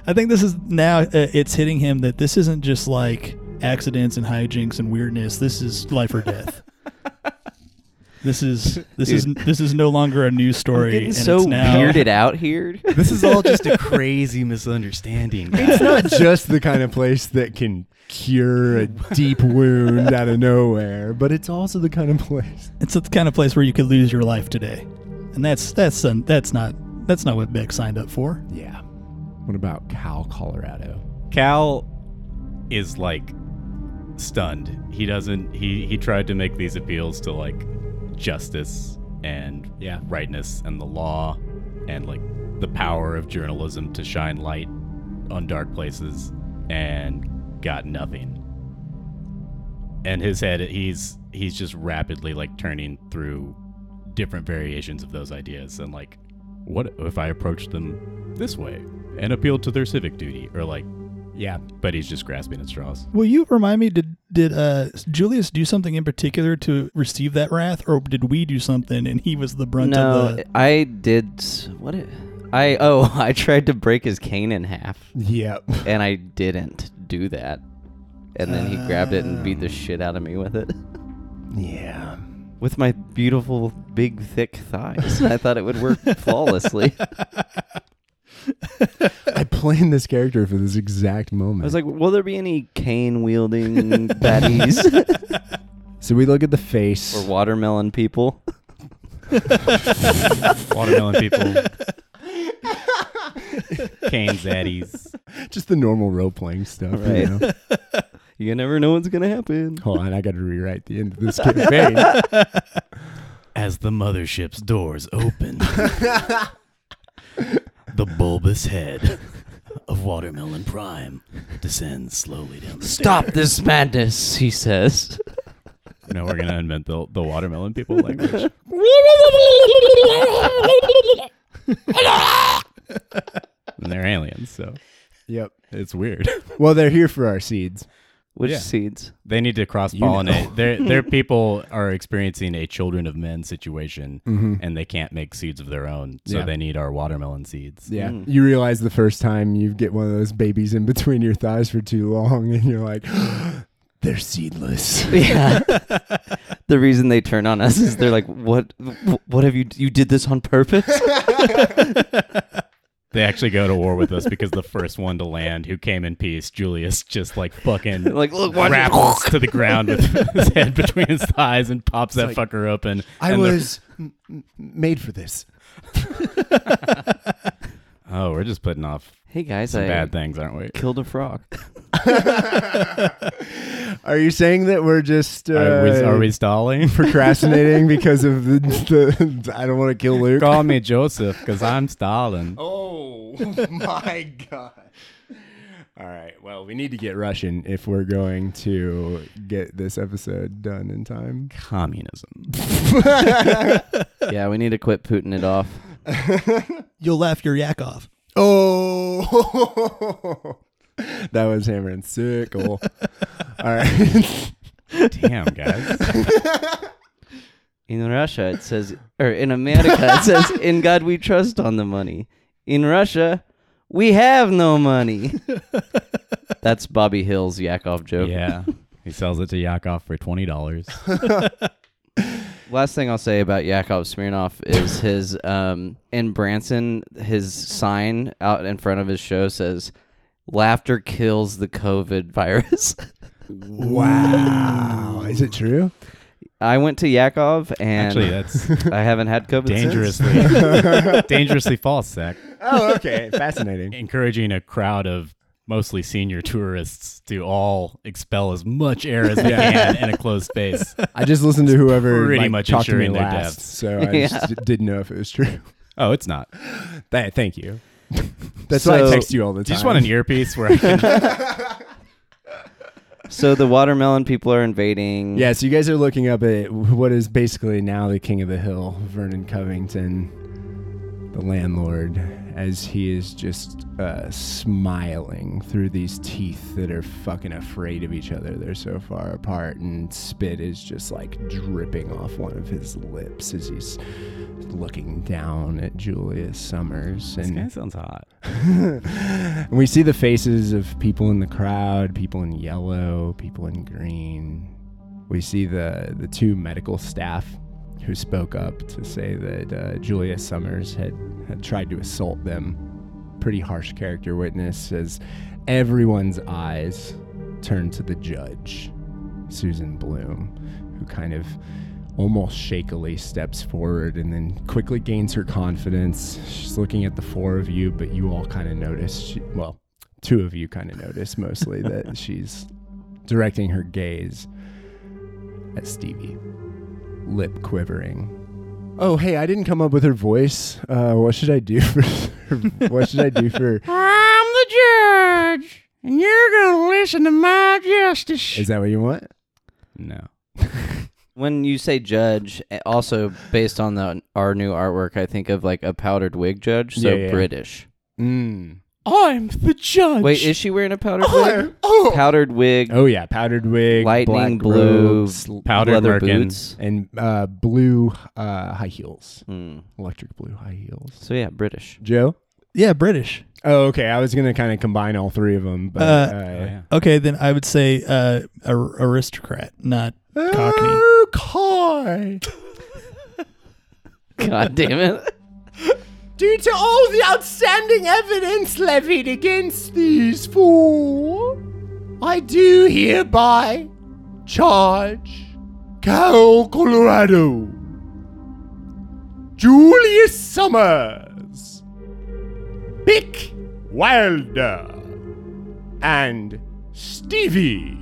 Speaker 4: I think this is now uh, it's hitting him that this isn't just like accidents and hijinks and weirdness. This is life or
Speaker 2: *laughs*
Speaker 4: death. this is this is this is no longer a news story.
Speaker 2: Getting
Speaker 4: and
Speaker 2: so
Speaker 4: it's now,
Speaker 2: weirded out
Speaker 4: *laughs*
Speaker 2: here.
Speaker 1: This is all just a crazy
Speaker 3: *laughs*
Speaker 1: misunderstanding.
Speaker 3: it's not just the kind of place that can cure a deep wound out of nowhere, but it's also the kind of place.
Speaker 4: It's the kind of place where you could lose your life today, and that's that's un, that's not that's not what Beck signed up for.
Speaker 3: Yeah. What about Cal, Colorado?
Speaker 1: Cal is like stunned. He doesn't he he tried to make these appeals to like justice and
Speaker 3: Yeah.
Speaker 1: rightness and the law and like the power of journalism to shine light on dark places and got nothing. And his head he's he's just rapidly like turning through different variations of those ideas and like what if I approached them this way and appealed to their civic duty or like yeah, but he's just grasping at straws.
Speaker 4: Will you remind me? Did did uh, Julius do something in particular to receive that wrath, or did we do something and he was the brunt of
Speaker 2: No,
Speaker 4: the?
Speaker 2: I did. s- What? It, I oh, *laughs* I tried to break his cane in half,
Speaker 3: Yep.
Speaker 2: and I didn't do that. And then he grabbed it and beat the shit out of me with it, *laughs*
Speaker 3: Yeah.
Speaker 2: with my beautiful big thick thighs. *laughs* I thought it would
Speaker 4: *laughs*
Speaker 2: work flawlessly. I
Speaker 3: *laughs* I planned this character for this exact moment.
Speaker 2: was like, "Will there be any cane
Speaker 1: *laughs*
Speaker 2: wielding baddies
Speaker 3: so we look at the face.
Speaker 2: or *laughs*
Speaker 1: *laughs*
Speaker 2: watermelon people?"
Speaker 1: Watermelon *laughs* people. Canes, zaddies.
Speaker 3: Just the normal role playing stuff. you
Speaker 2: Right.
Speaker 3: know?
Speaker 2: You never know what's gonna happen.
Speaker 3: Hold on, I got to rewrite the end of this *laughs* campaign.
Speaker 1: As the mothership's doors open, the bulbous head of Watermelon Prime descends slowly down the
Speaker 2: Stop this madness, he says.
Speaker 1: No, we're going to invent the, the watermelon people language. and they're aliens, so
Speaker 3: yep.
Speaker 1: it's weird.
Speaker 3: Well, they're here for our seeds.
Speaker 2: Which
Speaker 1: Yeah. *laughs*
Speaker 2: seeds?
Speaker 1: They need to cross pollinate. their their people are experiencing a children of men situation, and they can't make seeds of their own, so
Speaker 3: Yeah.
Speaker 1: they need our watermelon seeds.
Speaker 3: Yeah. You realize the first time you get one of those babies in between your thighs for too long, and you're like, *gasps* they're seedless.
Speaker 2: Yeah. *laughs* the reason they turn on us is they're like, "What? wh- What have you? You did this on purpose?"
Speaker 1: *laughs*
Speaker 2: *laughs*
Speaker 1: They actually go to war with us because the first one to land, who came in peace, Julius, just like fucking
Speaker 2: *laughs* like, look, what?
Speaker 1: grapples to the ground with his head between his thighs and pops that fucker open.
Speaker 3: I
Speaker 1: And the-
Speaker 3: was m- m- made for this.
Speaker 1: oh, we're just putting off
Speaker 2: *laughs* Hey guys,
Speaker 1: some
Speaker 2: I
Speaker 1: bad things, aren't we?
Speaker 2: killed
Speaker 1: *laughs*
Speaker 2: a frog.
Speaker 3: Are you saying that we're just uh,
Speaker 1: Are we, are
Speaker 3: *laughs*
Speaker 1: we stalling? *laughs*
Speaker 3: procrastinating because of the, the *laughs* I don't want to kill Luke?
Speaker 1: Call me Joseph because I'm stalling. *laughs*
Speaker 3: Oh *laughs* my god. All right. Well, we need to get Russian if we're going to get this episode done in time.
Speaker 1: Communism.
Speaker 2: yeah, we need to quit putting
Speaker 1: *laughs*
Speaker 2: it off.
Speaker 4: You'll laugh your yak off.
Speaker 3: Oh. *laughs* that was hammer and
Speaker 1: *laughs*
Speaker 3: sickle. All right.
Speaker 1: Damn, guys.
Speaker 2: In Russia, it says, or in America,
Speaker 1: *laughs*
Speaker 2: it says, "In God we trust." On the money. In Russia, we have no
Speaker 1: *laughs*
Speaker 2: money. That's Bobby Hill's Yakov joke.
Speaker 1: Yeah. He sells it to Yakov for twenty dollars.
Speaker 2: Last thing I'll say about Yakov Smirnov is *laughs* his um, in Branson, his sign out in front of his show says, "Laughter kills the COVID virus." *laughs*
Speaker 3: wow. Is it true?
Speaker 2: I went to Yakov and
Speaker 1: Actually,
Speaker 3: *laughs*
Speaker 1: that's
Speaker 2: I haven't had COVID. since.
Speaker 1: dangerously dangerously false, Zach.
Speaker 3: Oh, okay. Fascinating.
Speaker 1: Encouraging a crowd of mostly senior tourists to all expel as much air as they can in a closed space.
Speaker 3: I just listened to whoever
Speaker 1: pretty
Speaker 3: like,
Speaker 1: much
Speaker 3: talked to me
Speaker 1: ensuring their
Speaker 3: last,
Speaker 1: deaths.
Speaker 3: so I just didn't know if it was true.
Speaker 1: Oh, it's not.
Speaker 3: Th- thank you. That's why I
Speaker 2: So-
Speaker 3: text you all the time.
Speaker 1: Do you just want an earpiece where I can
Speaker 2: So the watermelon people are invading.
Speaker 3: Yeah, so you guys are looking up at what is basically now the king of the hill, Vernon Covington, the landlord, as he is just uh, smiling through these teeth that are fucking afraid of each other. They're so far apart, and spit is just like dripping off one of his lips as he's looking down at Julius Summers.
Speaker 1: This
Speaker 3: And
Speaker 1: guy sounds hot.
Speaker 3: *laughs* and we see the faces of people in the crowd, people in yellow, people in green. We see the, the two medical staff who spoke up to say that uh, Julia Summers had, had tried to assault them. Pretty harsh character witness as everyone's eyes turn to the judge, Susan Bloom, who kind of almost shakily steps forward and then quickly gains her confidence. She's looking at the four of you, but you all kind of notice, she, well, two of you kind of notice
Speaker 8: *laughs*
Speaker 3: mostly that she's directing her gaze at Stevie, lip quivering. Oh, hey, I didn't come up with her voice. Uh, what should I do *laughs* for what should I do for
Speaker 8: *laughs* I'm the judge, and you're going to listen to my justice.
Speaker 3: Is that what you want?
Speaker 1: No.
Speaker 2: When you say judge, eh, also based on the our new artwork, I think of like a powdered wig judge, so
Speaker 3: Yeah, yeah.
Speaker 2: British.
Speaker 3: Mm.
Speaker 1: I'm the judge.
Speaker 2: Wait, is she wearing a powdered wig? Powdered wig,
Speaker 3: Oh yeah, powdered wig,
Speaker 2: lightning
Speaker 3: black
Speaker 2: blue,
Speaker 3: robes,
Speaker 2: l-
Speaker 1: powdered
Speaker 2: leather
Speaker 1: merkin.
Speaker 2: boots.
Speaker 3: and uh, blue uh, high heels,
Speaker 2: Hmm.
Speaker 3: electric blue high heels.
Speaker 2: So yeah, British.
Speaker 3: Joe.
Speaker 4: Yeah, British.
Speaker 3: Oh, okay. I was gonna kind of combine all three of them, but
Speaker 4: Uh,
Speaker 3: uh,
Speaker 2: Oh,
Speaker 4: Okay, then I would say uh, ar- aristocrat, not Cockney.
Speaker 3: Oh, Coy.
Speaker 2: God damn it!
Speaker 3: Due to all the outstanding evidence levied against these four, I do hereby charge Carol Colorado, Julius Summers, Bick Wilder, and Stevie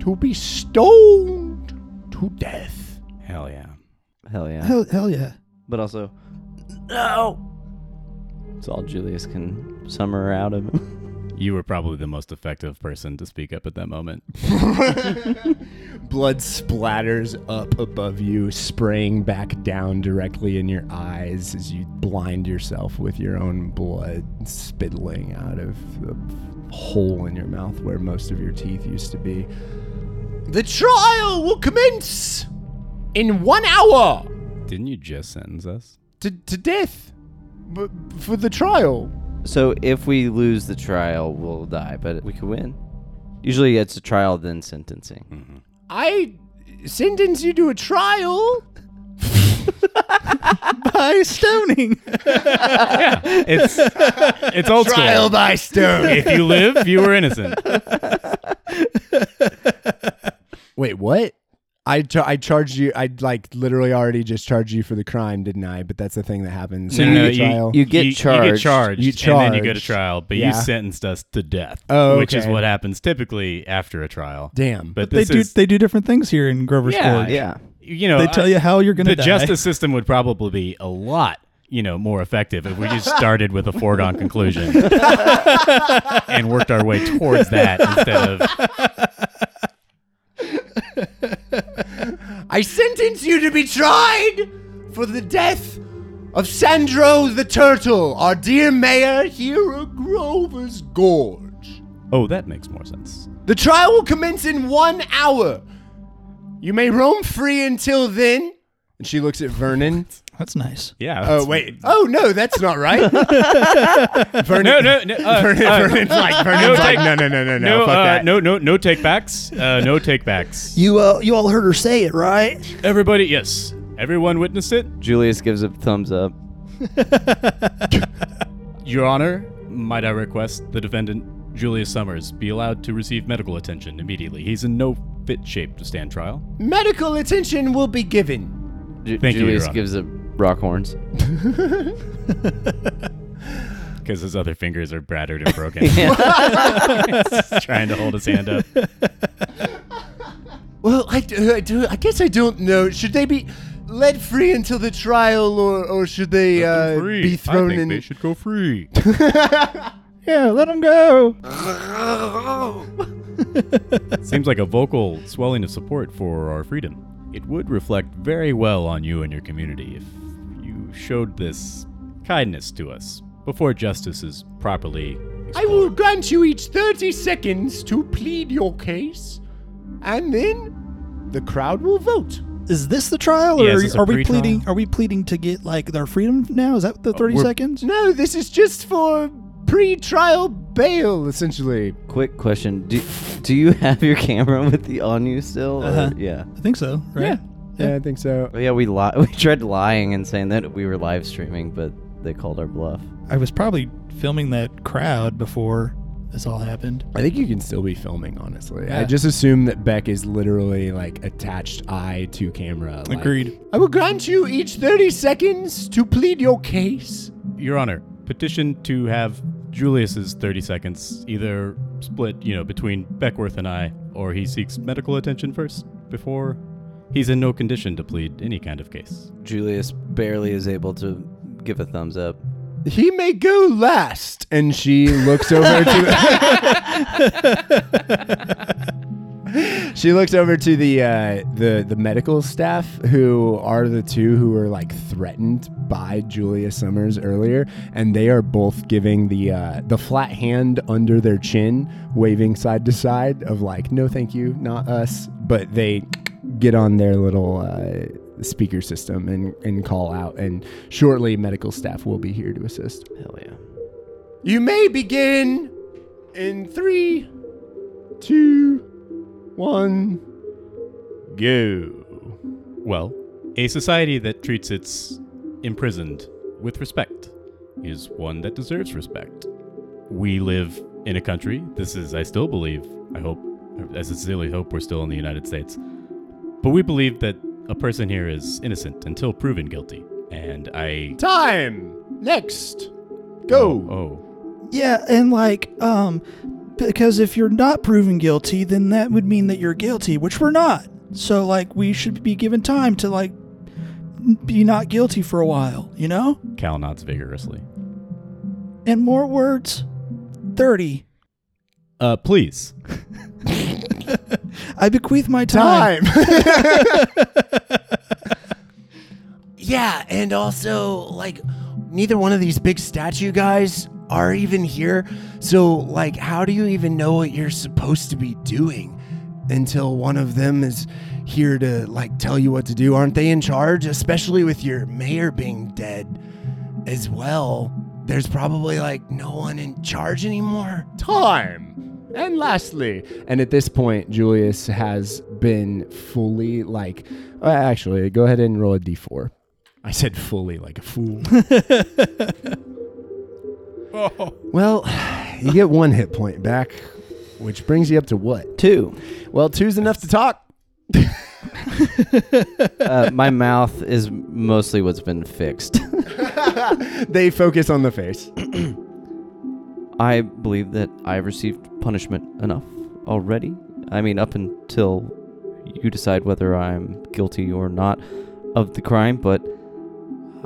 Speaker 3: to be stoned to death.
Speaker 1: Hell yeah.
Speaker 2: Hell yeah!
Speaker 4: Hell, hell yeah.
Speaker 2: But also, no. It's all Julius can summer her out of him.
Speaker 1: You were probably the most effective person to speak up at that moment.
Speaker 3: Blood splatters up above you, spraying back down directly in your eyes as you blind yourself with your own blood spittling out of the hole in your mouth where most of your teeth used to be. The trial will commence in one hour
Speaker 1: Didn't you just sentence us?
Speaker 3: to, to death but for the trial.
Speaker 2: So if we lose the trial, we'll die, but we could win. Usually, it's a trial then sentencing.
Speaker 1: Hmm.
Speaker 3: I sentence you to a trial. *laughs*
Speaker 4: By stoning.
Speaker 1: It's it's old school.
Speaker 3: by stone.
Speaker 1: *laughs* If you live, you were innocent.
Speaker 3: Wait, what? I cha- I charged you. I like literally already just charged you for the crime, didn't I? But that's the thing that happens.
Speaker 1: No,
Speaker 3: in
Speaker 1: no,
Speaker 3: the
Speaker 1: you-
Speaker 3: trial.
Speaker 2: You get
Speaker 1: You
Speaker 2: charged.
Speaker 1: get charged.
Speaker 3: You
Speaker 1: And then you go to
Speaker 3: charged.
Speaker 1: trial, but
Speaker 3: Yeah.
Speaker 1: you sentenced us to death,
Speaker 3: Oh,
Speaker 1: which is
Speaker 3: okay.
Speaker 1: what happens typically after a trial.
Speaker 3: Damn.
Speaker 1: But
Speaker 4: *laughs* they
Speaker 1: this
Speaker 4: do
Speaker 1: is,
Speaker 4: they do different things here in Grover's
Speaker 1: Yeah,
Speaker 4: Gorge.
Speaker 2: Yeah.
Speaker 1: you know,
Speaker 4: They tell
Speaker 1: I-
Speaker 4: you how you're going to
Speaker 1: the
Speaker 4: die.
Speaker 1: justice system would probably be a lot you know more effective if we just started with a foregone
Speaker 3: *laughs*
Speaker 1: conclusion and worked our way towards that instead of
Speaker 3: I sentence you to be tried for the death of Sandro the Turtle, our dear mayor here at Grover's Gorge.
Speaker 1: oh that makes more sense
Speaker 3: The trial will commence in one hour. You may roam free until then. And she looks at Vernon.
Speaker 4: That's nice.
Speaker 1: yeah
Speaker 3: Oh wait! Oh no, that's not right. *laughs* Vernon,
Speaker 1: no no no uh,
Speaker 3: Vernon,
Speaker 1: uh,
Speaker 3: Vernon's like, Vernon's
Speaker 1: no,
Speaker 3: like,
Speaker 1: take-
Speaker 3: no, no, no, no, no,
Speaker 1: no,
Speaker 3: fuck
Speaker 1: uh,
Speaker 3: that.
Speaker 1: no no no take backs uh, no take backs
Speaker 4: You uh, you all heard her say it, right?
Speaker 1: everybody yes everyone witnessed it
Speaker 2: Julius gives a thumbs up.
Speaker 1: your honor might i request the defendant julius summers be allowed to receive medical attention immediately he's in no fit shape to stand trial
Speaker 3: Medical attention will be given.
Speaker 2: Ju-
Speaker 1: Thank you, Your
Speaker 2: Julius
Speaker 1: Honor.
Speaker 2: gives a rock horns.
Speaker 1: because his other fingers are battered and broken. *laughs* He's trying to hold his hand up.
Speaker 3: Well, I do, I do. I guess I don't know. Should they be let free until the trial, or or should they uh, be thrown in?
Speaker 5: should
Speaker 3: *laughs*
Speaker 5: go free.
Speaker 3: yeah, let them
Speaker 5: *laughs*
Speaker 3: go.
Speaker 1: Seems like a vocal swelling of support for our freedom. It would reflect very well on you and your community if you showed this kindness to us before justice is properly.
Speaker 3: I will grant you each thirty seconds to plead your case, and then the crowd will vote.
Speaker 4: Is this the trial, or
Speaker 1: Yeah, is
Speaker 4: are-
Speaker 1: this a
Speaker 4: are we
Speaker 1: pre-trial? Uh,
Speaker 4: pleading? Are we pleading to get like our freedom now? Is that the thirty
Speaker 1: we're-
Speaker 4: seconds?
Speaker 3: No, this is just for pre-trial bail, essentially.
Speaker 2: Quick question: Do do you have your camera with the on you still? or-
Speaker 4: Uh-huh.
Speaker 2: Yeah.
Speaker 4: I think so. Right?
Speaker 3: Yeah, I think so.
Speaker 2: Oh yeah, we li- *laughs* we tried lying and saying that we were live streaming, but they called our bluff.
Speaker 4: I was probably filming that crowd before this all happened.
Speaker 3: I think you can still be filming, honestly. I
Speaker 4: Yeah.
Speaker 3: just assume that Beck is literally like attached eye to camera. like-
Speaker 4: Agreed.
Speaker 3: I will grant you each 30 seconds to plead your case.
Speaker 1: Your Honor, petition to have Julius's 30 seconds either split, you know, between Beckworth and I, or he seeks medical attention first before he's in no condition to plead any kind of case.
Speaker 2: Julius barely is able to give a thumbs up.
Speaker 3: He may go last. And she looks over to. She looks over to the uh, the the medical staff, who are the two who were like threatened by Julia Summers earlier, and they are both giving the uh, the flat hand under their chin, waving side to side of like, no, thank you, not us. But they get on their little uh, speaker system and and call out, and shortly medical staff will be here to assist.
Speaker 2: Hell yeah.
Speaker 3: You may begin in three, two, one, go.
Speaker 1: Well, a society that treats its imprisoned with respect is one that deserves respect. We live in a country, this is, I still believe, I hope, I sincerely hope we're still in the United States, but we believe that a person here is innocent until proven guilty. And I.
Speaker 3: Time. Next. Go.
Speaker 1: Oh.
Speaker 4: Yeah, and like, um, because if you're not proven guilty, then that would mean that you're guilty, which we're not. So like, we should be given time to like be not guilty for a while, you know?
Speaker 1: Cal nods vigorously.
Speaker 4: And more words. Thirty.
Speaker 1: Uh, please.
Speaker 4: I bequeath my time.
Speaker 3: Time. yeah, and also like neither one of these big statue guys are even here. So like how do you even know what you're supposed to be doing until one of them is here to like tell you what to do? Aren't they in charge, especially with your mayor being dead as well? There's probably like no one in charge anymore. Time. And lastly, and at this point, Julius has been fully like. Uh, actually, go ahead and roll a d4. I said fully like a fool. Well, you get one hit point back, which brings you up to
Speaker 2: *laughs*
Speaker 3: what?
Speaker 2: Two.
Speaker 3: Well, two's enough to talk.
Speaker 2: Uh, my mouth is mostly what's been fixed.
Speaker 3: They focus on the face.
Speaker 2: I believe that I have received punishment enough already. I mean, up until you decide whether I'm guilty or not of the crime, but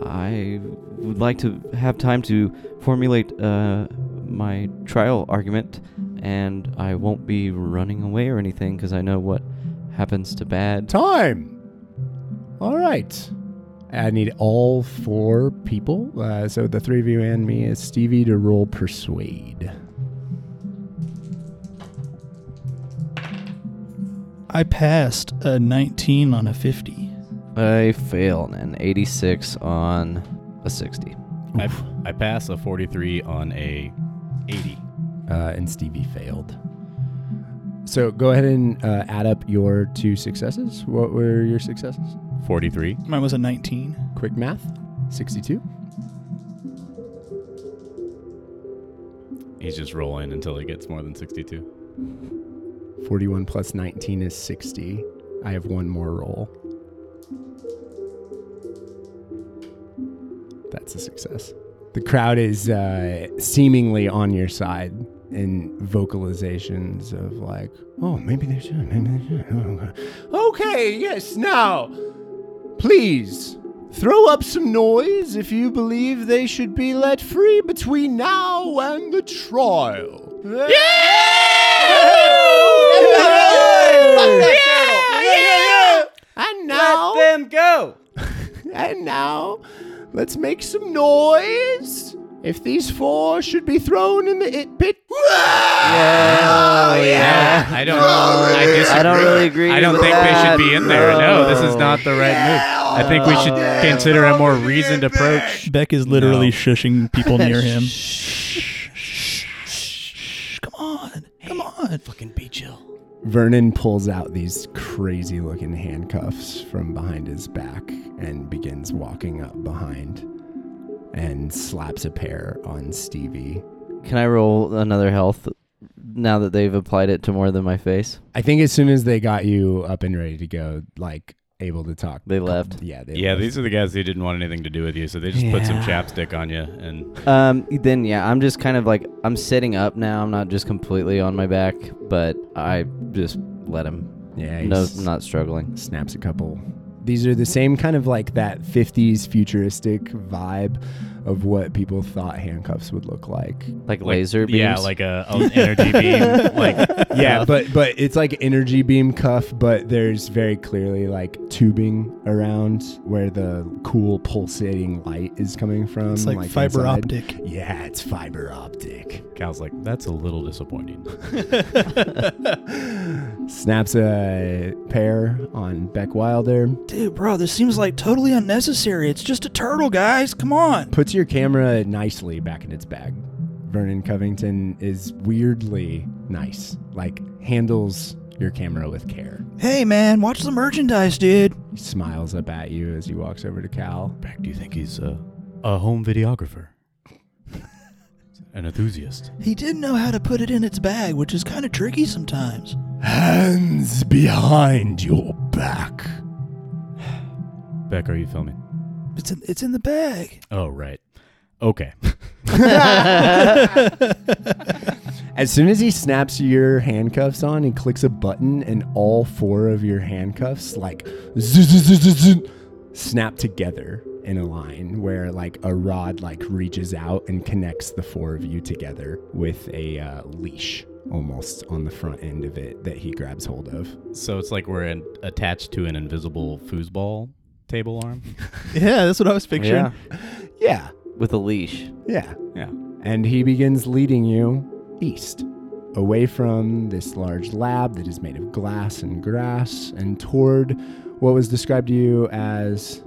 Speaker 2: I would like to have time to formulate uh, my trial argument, and I won't be running away or anything because I know what happens to bad.
Speaker 3: Time. All right. I need all four people, uh, so the three of you and me, is Stevie to roll persuade.
Speaker 4: I passed a 19 on a 50.
Speaker 2: I fail an 86 on a 60.
Speaker 1: I, I pass a 43 on a 80.
Speaker 3: Uh, and Stevie failed. So go ahead and uh, add up your two successes. What were your successes?
Speaker 1: 43.
Speaker 4: Mine was a 19.
Speaker 3: Quick math 62.
Speaker 1: He's just rolling until he gets more than 62.
Speaker 3: 41 plus 19 is 60. I have one more roll. That's a success. The crowd is uh, seemingly on your side in vocalizations of like, oh, maybe they should, maybe they should. *laughs* Okay, yes, now, please throw up some noise if you believe they should be let free between now and the trial. And now,
Speaker 2: them go!
Speaker 3: *laughs* and now, let's make some noise. If these four should be thrown in the it pit. Oh,
Speaker 2: yeah.
Speaker 1: I don't. I, disagree.
Speaker 2: I don't really agree.
Speaker 1: I don't
Speaker 2: with
Speaker 1: think we
Speaker 2: that.
Speaker 1: should be in there. No, this is not the right move. I think we should consider a more reasoned approach.
Speaker 4: Beck is literally
Speaker 1: No.
Speaker 4: shushing people near him. Come on. Come on.
Speaker 3: Vernon pulls out these crazy looking handcuffs from behind his back and begins walking up behind and slaps a pair on Stevie.
Speaker 2: Can I roll another health now that they've applied it to more than my face?
Speaker 3: I think as soon as they got you up and ready to go, like able to talk,
Speaker 2: They left.
Speaker 3: Yeah, they
Speaker 1: Yeah,
Speaker 3: left.
Speaker 1: these are the guys who didn't want anything to do with you, so they just put some chapstick on you. And
Speaker 2: Um, then yeah, I'm just kind of like I'm sitting up now. I'm not just completely on my back, but I just let him.
Speaker 3: yeah,
Speaker 2: No,
Speaker 3: he's-
Speaker 2: not struggling.
Speaker 3: snaps a couple. These are the same kind of like that 50s futuristic vibe of what people thought handcuffs would look like.
Speaker 2: Like, laser beams.
Speaker 1: Yeah, like a an energy
Speaker 2: *laughs*
Speaker 1: beam. Like
Speaker 3: Yeah, but but it's like energy beam cuff, but there's very clearly like tubing around where the cool pulsating light is coming from.
Speaker 4: It's like, fiber
Speaker 3: inside.
Speaker 4: optic.
Speaker 3: Yeah, it's fiber optic.
Speaker 1: Cal's like, that's a little disappointing.
Speaker 3: Snaps a pair on Beck Wilder.
Speaker 4: Dude, bro, this seems like totally unnecessary. It's just a turtle, guys. Come on.
Speaker 3: Puts your camera nicely back in its bag. Vernon Covington is weirdly nice. Like handles your camera with care.
Speaker 4: Hey, man, watch the merchandise, dude.
Speaker 3: He smiles up at you as he walks over to Cal.
Speaker 1: Beck, do you think he's a, a home videographer? *laughs* An enthusiast.
Speaker 4: He didn't know how to put it in its bag, which is kind of tricky sometimes.
Speaker 3: Hands behind your back.
Speaker 1: Beck, are you filming?
Speaker 4: It's in, it's in the bag.
Speaker 1: Oh, right. Okay.
Speaker 3: As soon as he snaps your handcuffs on, he clicks a button, and all four of your handcuffs like zzz, zzz, zzz, zzz, zzz, snap together in a line where like a rod like reaches out and connects the four of you together with a uh, leash almost on the front end of it that he grabs hold of.
Speaker 1: So it's like we're in, attached to an invisible foosball table arm.
Speaker 4: Yeah, that's what I was picturing.
Speaker 2: Yeah.
Speaker 3: Yeah,
Speaker 2: With a leash.
Speaker 3: yeah,
Speaker 1: Yeah.
Speaker 3: and he begins leading you east, away from this large lab that is made of glass and grass, and toward what was described to you as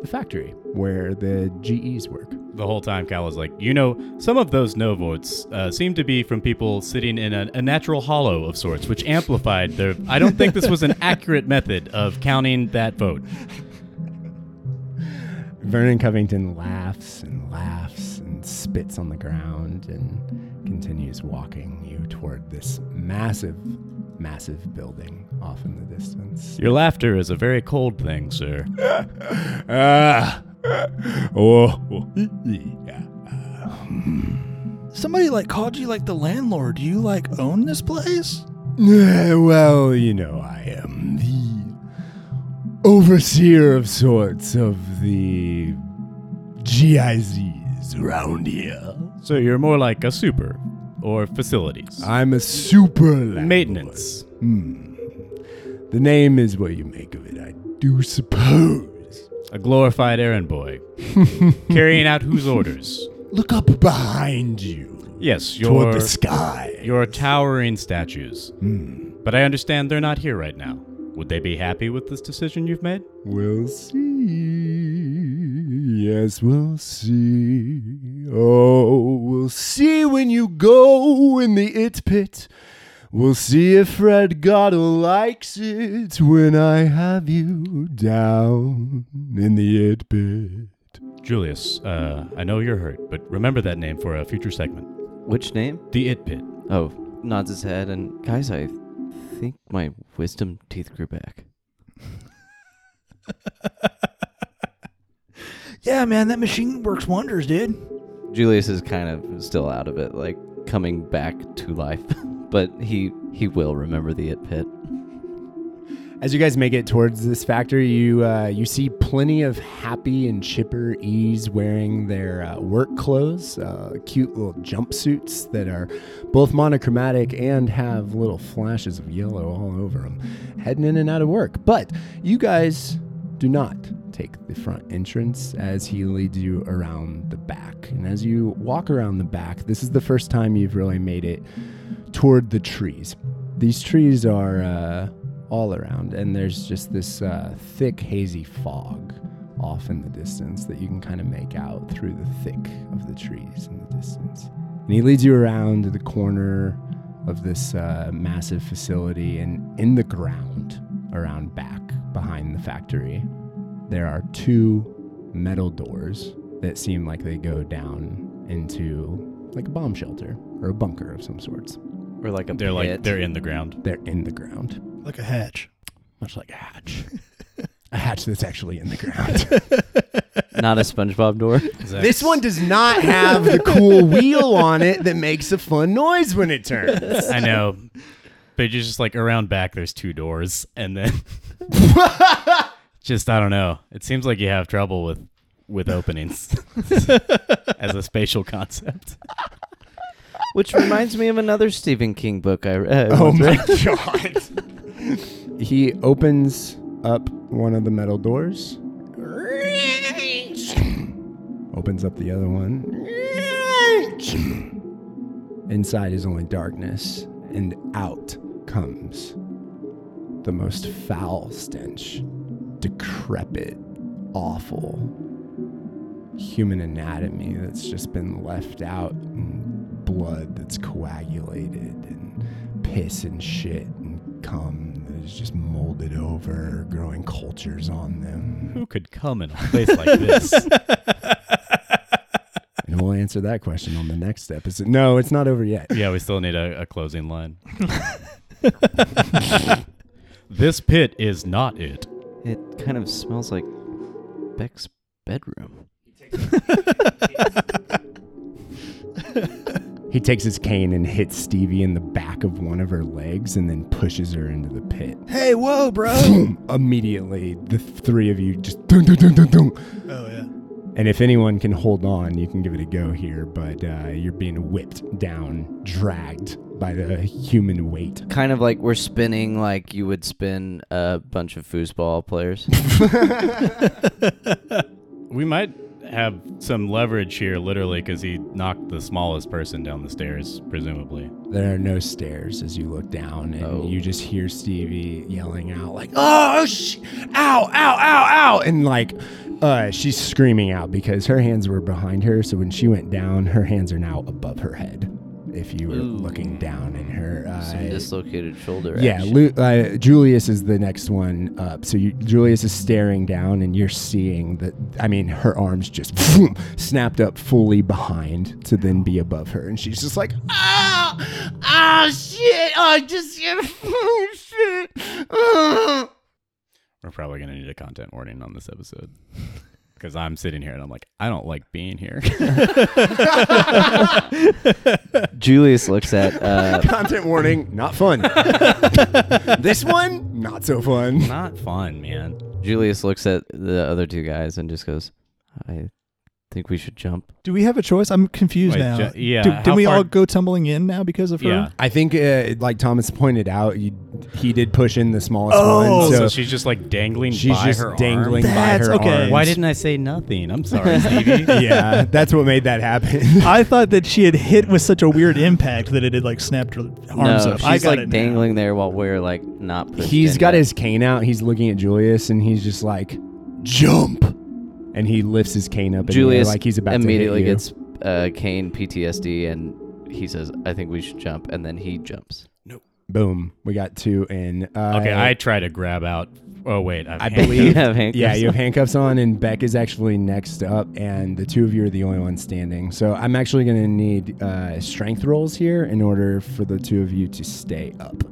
Speaker 3: the factory where the GEs work.
Speaker 1: The whole time, Cal was like, you know, some of those no votes uh, seem to be from people sitting in a, a natural hollow of sorts, which amplified their. I don't think this was an accurate method of counting that vote.
Speaker 3: Vernon Covington laughs and laughs and spits on the ground and continues walking you toward this massive, massive building off in the distance.
Speaker 1: Your laughter is a very cold thing, sir.
Speaker 3: Ah! *laughs* oh, *laughs* yeah.
Speaker 4: Somebody like called you like the landlord. Do you like own this place?
Speaker 3: Eh, well, you know, I am the overseer of sorts of the GIZs around here.
Speaker 1: So you're more like a super or facilities.
Speaker 3: I'm a super landlord.
Speaker 1: Maintenance.
Speaker 3: The name is what you make of it, I do suppose.
Speaker 1: A glorified errand
Speaker 3: *laughs*
Speaker 1: boy. carrying out whose orders?
Speaker 3: Look up behind you,
Speaker 1: Yes,
Speaker 3: toward
Speaker 1: your,
Speaker 3: the sky. Hmm.
Speaker 1: your towering statues. But I understand they're not here right now. Would they be happy with this decision you've made?
Speaker 3: We'll see. Yes, we'll see. Oh, we'll see when you go in the it pit. We'll see if Fred Goddard likes it when I have you down in the it pit.
Speaker 1: Julius, uh, I know you're hurt, but remember that name for a future segment.
Speaker 2: Which name?
Speaker 1: The It Pit.
Speaker 2: Oh, nods his head and guys, I think my wisdom teeth grew back.
Speaker 4: Yeah, man, that machine works wonders, dude.
Speaker 2: Julius is kind of still out of it, like coming back to life, *laughs* but he he will remember the it pit.
Speaker 3: As you guys make it towards this factory, you uh, you see plenty of happy and chipper ease wearing their uh, work clothes, uh, cute little jumpsuits that are both monochromatic and have little flashes of yellow all over them, heading in and out of work. But you guys do not take the front entrance as he leads you around the back. And as you walk around the back, this is the first time you've really made it toward the trees. These trees are uh, all around, and there's just this uh, thick, hazy fog off in the distance that you can kind of make out through the thick of the trees in the distance. And he leads you around to the corner of this uh, massive facility, and in the ground around back behind the factory, there are two metal doors that seem like they go down into like a bomb shelter or a bunker of some sorts.
Speaker 2: Or like a
Speaker 1: They're like
Speaker 2: pit.
Speaker 1: they're in the ground.
Speaker 3: They're in the ground,
Speaker 4: Like a hatch.
Speaker 3: much like a *laughs* hatch. a hatch that's actually in the ground.
Speaker 2: not a SpongeBob *laughs* door.
Speaker 3: *laughs* this one does not have the *laughs* cool wheel on it that makes a fun noise when it turns.
Speaker 1: I know. But you're just like around back there's two
Speaker 3: *laughs*
Speaker 1: doors and then just I don't know. It seems like you have trouble with with
Speaker 3: *laughs*
Speaker 1: openings as a spatial concept.
Speaker 2: Which reminds me of another Stephen King book I read.
Speaker 3: *laughs* Oh my god. *laughs* he opens up one of the metal doors. *clears throat* opens up the other one. *clears throat* Inside is only darkness, and out comes the most foul stench, decrepit, awful human anatomy that's just been left out and blood that's coagulated and piss and shit and cum that is just molded over growing cultures on them
Speaker 1: Who could come in a place like
Speaker 3: *laughs*
Speaker 1: this?
Speaker 3: and we'll answer that question on the next step is it no it's not over yet
Speaker 1: yeah, we still need a, a closing line. *laughs* this pit is not it.
Speaker 2: It kind of smells like Beck's bedroom.
Speaker 3: he takes his cane and hits stevie in the back of one of her legs and then pushes her into the pit
Speaker 4: Hey, whoa, bro.
Speaker 3: Boom! *clears throat* immediately the three of you just dun, dun, dun, dun, dun,
Speaker 4: oh yeah.
Speaker 3: And if anyone can hold on, you can give it a go here, but uh, you're being whipped down, dragged by the human weight.
Speaker 2: Kind of like we're spinning like you would spin a bunch of foosball players.
Speaker 1: We might have some leverage here, literally, because he knocked the smallest person down the stairs, presumably.
Speaker 3: There are no stairs as you look down, and
Speaker 2: Oh.
Speaker 3: you just hear Stevie yelling out, like, oh, sh- ow, ow, ow, ow. And like, uh, she's screaming out because her hands were behind her. So when she went down, her hands are now above her head. If you were
Speaker 2: Ooh.
Speaker 3: looking down in her, uh,
Speaker 2: Some dislocated *laughs* shoulder.
Speaker 3: Yeah,
Speaker 2: action.
Speaker 3: Lu- uh, Julius is the next one up. So you, Julius is staring down, and you're seeing that. I mean, her arms just boom, snapped up fully behind to then be above her, and she's just like, ah, ah, shit, I just, *laughs* shit. ah."
Speaker 1: We're probably going to need a content warning on this
Speaker 3: *laughs*
Speaker 1: episode. Because I'm sitting here and I'm like, I don't like being here.
Speaker 2: Julius looks at uh,
Speaker 3: Content warning, not fun. *laughs* this one, not so fun.
Speaker 1: *laughs* Not fun, man.
Speaker 2: Julius looks at the other two guys and just goes, "I think we should jump."
Speaker 4: *laughs* Do we have a choice? I'm confused
Speaker 1: Wait,
Speaker 4: now.
Speaker 1: ju- yeah,
Speaker 4: Do,
Speaker 1: how
Speaker 4: did we
Speaker 1: far-
Speaker 4: all go tumbling in now because of her?
Speaker 1: Yeah.
Speaker 3: I think, uh, like Thomas pointed out, you, he did push in the smallest
Speaker 1: Oh,
Speaker 3: one,
Speaker 1: so,
Speaker 3: so,
Speaker 1: she's just like dangling
Speaker 3: she's
Speaker 1: by
Speaker 3: just
Speaker 1: her
Speaker 3: dangling
Speaker 1: arm.
Speaker 3: by
Speaker 4: That's
Speaker 3: her
Speaker 4: okay.
Speaker 3: arms.
Speaker 1: Why didn't I say nothing? I'm
Speaker 3: *laughs*
Speaker 1: sorry, Stevie.
Speaker 3: yeah, that's what made that happen.
Speaker 1: *laughs*
Speaker 4: I thought that she had hit with such a weird impact that it had like snapped her arms
Speaker 2: no,
Speaker 4: up.
Speaker 2: she's
Speaker 4: I got
Speaker 2: like
Speaker 4: it now.
Speaker 2: dangling there while we're like not. pushed
Speaker 3: He's
Speaker 2: in
Speaker 3: got
Speaker 2: yet.
Speaker 3: his cane out. He's looking at Julius, and he's just like, "Jump!" And he lifts his cane up. in the air
Speaker 2: Julius
Speaker 3: like he's about
Speaker 2: immediately
Speaker 3: to hit you.
Speaker 2: gets uh, Kane PTSD and he says, "I think we should jump," and then he jumps.
Speaker 3: Boom! We got two in. Uh,
Speaker 1: Okay, I try to grab out. Oh wait, I've *laughs*
Speaker 3: I
Speaker 2: *laughs*
Speaker 3: believe.
Speaker 2: You have handcuffs
Speaker 3: yeah, *laughs* you have handcuffs on, and Beck is actually next up, and the two of you are the only ones standing. So I'm actually going to need uh, strength rolls here in order for the two of you to stay up.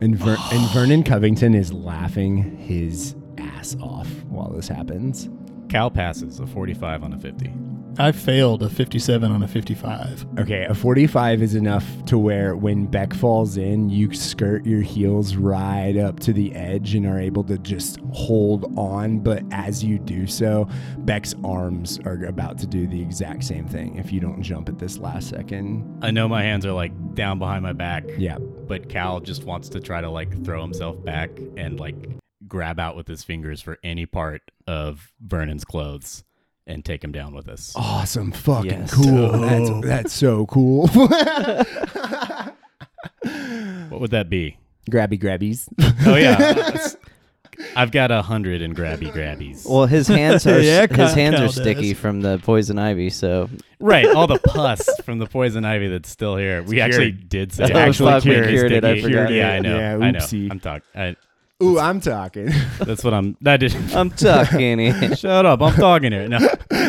Speaker 3: And, Ver-
Speaker 2: *sighs*
Speaker 3: and Vernon Covington is laughing his ass off while this happens.
Speaker 1: Cal passes a 45 on a 50.
Speaker 4: I failed a 57 on a 55.
Speaker 3: Okay, a 45 is enough to where when Beck falls in, you skirt your heels right up to the edge and are able to just hold on. But as you do so, Beck's arms are about to do the exact same thing if you don't jump at this last second.
Speaker 1: I know my hands are like down behind my back,
Speaker 3: Yeah.
Speaker 1: but Cal just wants to try to like throw himself back and like grab out with his fingers for any part of Vernon's clothes and take him down with us.
Speaker 2: Oh.
Speaker 3: Awesome. Fucking
Speaker 2: Yes.
Speaker 3: cool. That's, that's so cool. *laughs*
Speaker 1: What would that be?
Speaker 3: Grabby grabbies.
Speaker 1: Oh
Speaker 2: *laughs*
Speaker 1: yeah. I've got a hundred in grabby grabbies.
Speaker 2: Well,
Speaker 3: *laughs*
Speaker 2: his hands are
Speaker 4: Yeah, Cal-
Speaker 2: his hands
Speaker 4: Cal
Speaker 2: are
Speaker 4: does.
Speaker 2: sticky from the poison ivy. So
Speaker 1: right, all the pus from the poison ivy that's still here. We actually did say
Speaker 2: It's actually Fuck, we cured. cured it, I
Speaker 1: Sticky.
Speaker 2: forgot.
Speaker 1: Yeah, I know.
Speaker 3: Yeah,
Speaker 1: I know.
Speaker 3: oopsie.
Speaker 1: I'm talking. I,
Speaker 3: Ooh, I'm talking. *laughs*
Speaker 1: that's what I'm. That did. *laughs*
Speaker 2: I'm tucking it.
Speaker 1: Shut up! I'm talking here. No.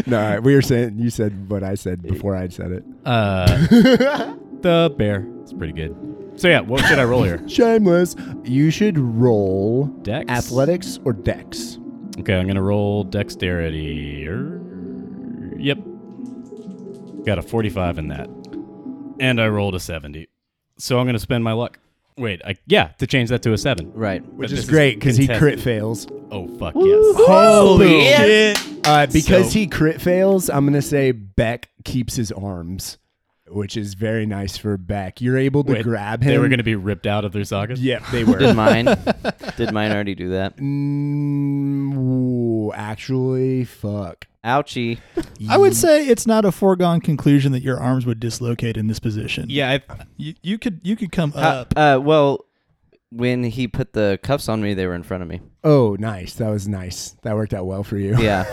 Speaker 3: no, all right, we were saying, you said what I said before I said it.
Speaker 1: Uh, the bear. It's pretty good. So yeah, what should I roll here?
Speaker 3: Shameless. You should roll
Speaker 1: Dex.
Speaker 3: athletics or dex.
Speaker 1: Okay, I'm gonna roll dexterity. Er, Yep. Got a 45 in that, and I rolled a 70. So I'm gonna spend my luck. Wait, I, yeah, to change that to a seven.
Speaker 2: Right.
Speaker 3: Which
Speaker 1: But
Speaker 3: is
Speaker 1: this
Speaker 3: great because he
Speaker 1: contested.
Speaker 3: crit fails.
Speaker 1: Oh fuck yes.
Speaker 3: Holy
Speaker 1: shit.
Speaker 3: Uh, because
Speaker 1: So-
Speaker 3: he crit fails, I'm gonna say Beck keeps his arms, which is very nice for Beck. You're able to
Speaker 1: Wait,
Speaker 3: grab him.
Speaker 1: They were going to be ripped out of their sockets.
Speaker 3: Yeah, they
Speaker 1: *laughs*
Speaker 2: Did
Speaker 3: were. *laughs*
Speaker 2: mine? did mine already do that?
Speaker 3: Mm, ooh, actually, fuck.
Speaker 2: Ouchie.
Speaker 4: I would say it's not a foregone conclusion that your arms would dislocate in this position.
Speaker 1: Yeah, I,
Speaker 4: you, you could you could come
Speaker 2: Uh,
Speaker 4: up.
Speaker 2: uh, well, when he put the cuffs on me, they were in front of me.
Speaker 3: Oh, nice. That was nice. That worked out well for you.
Speaker 2: Yeah.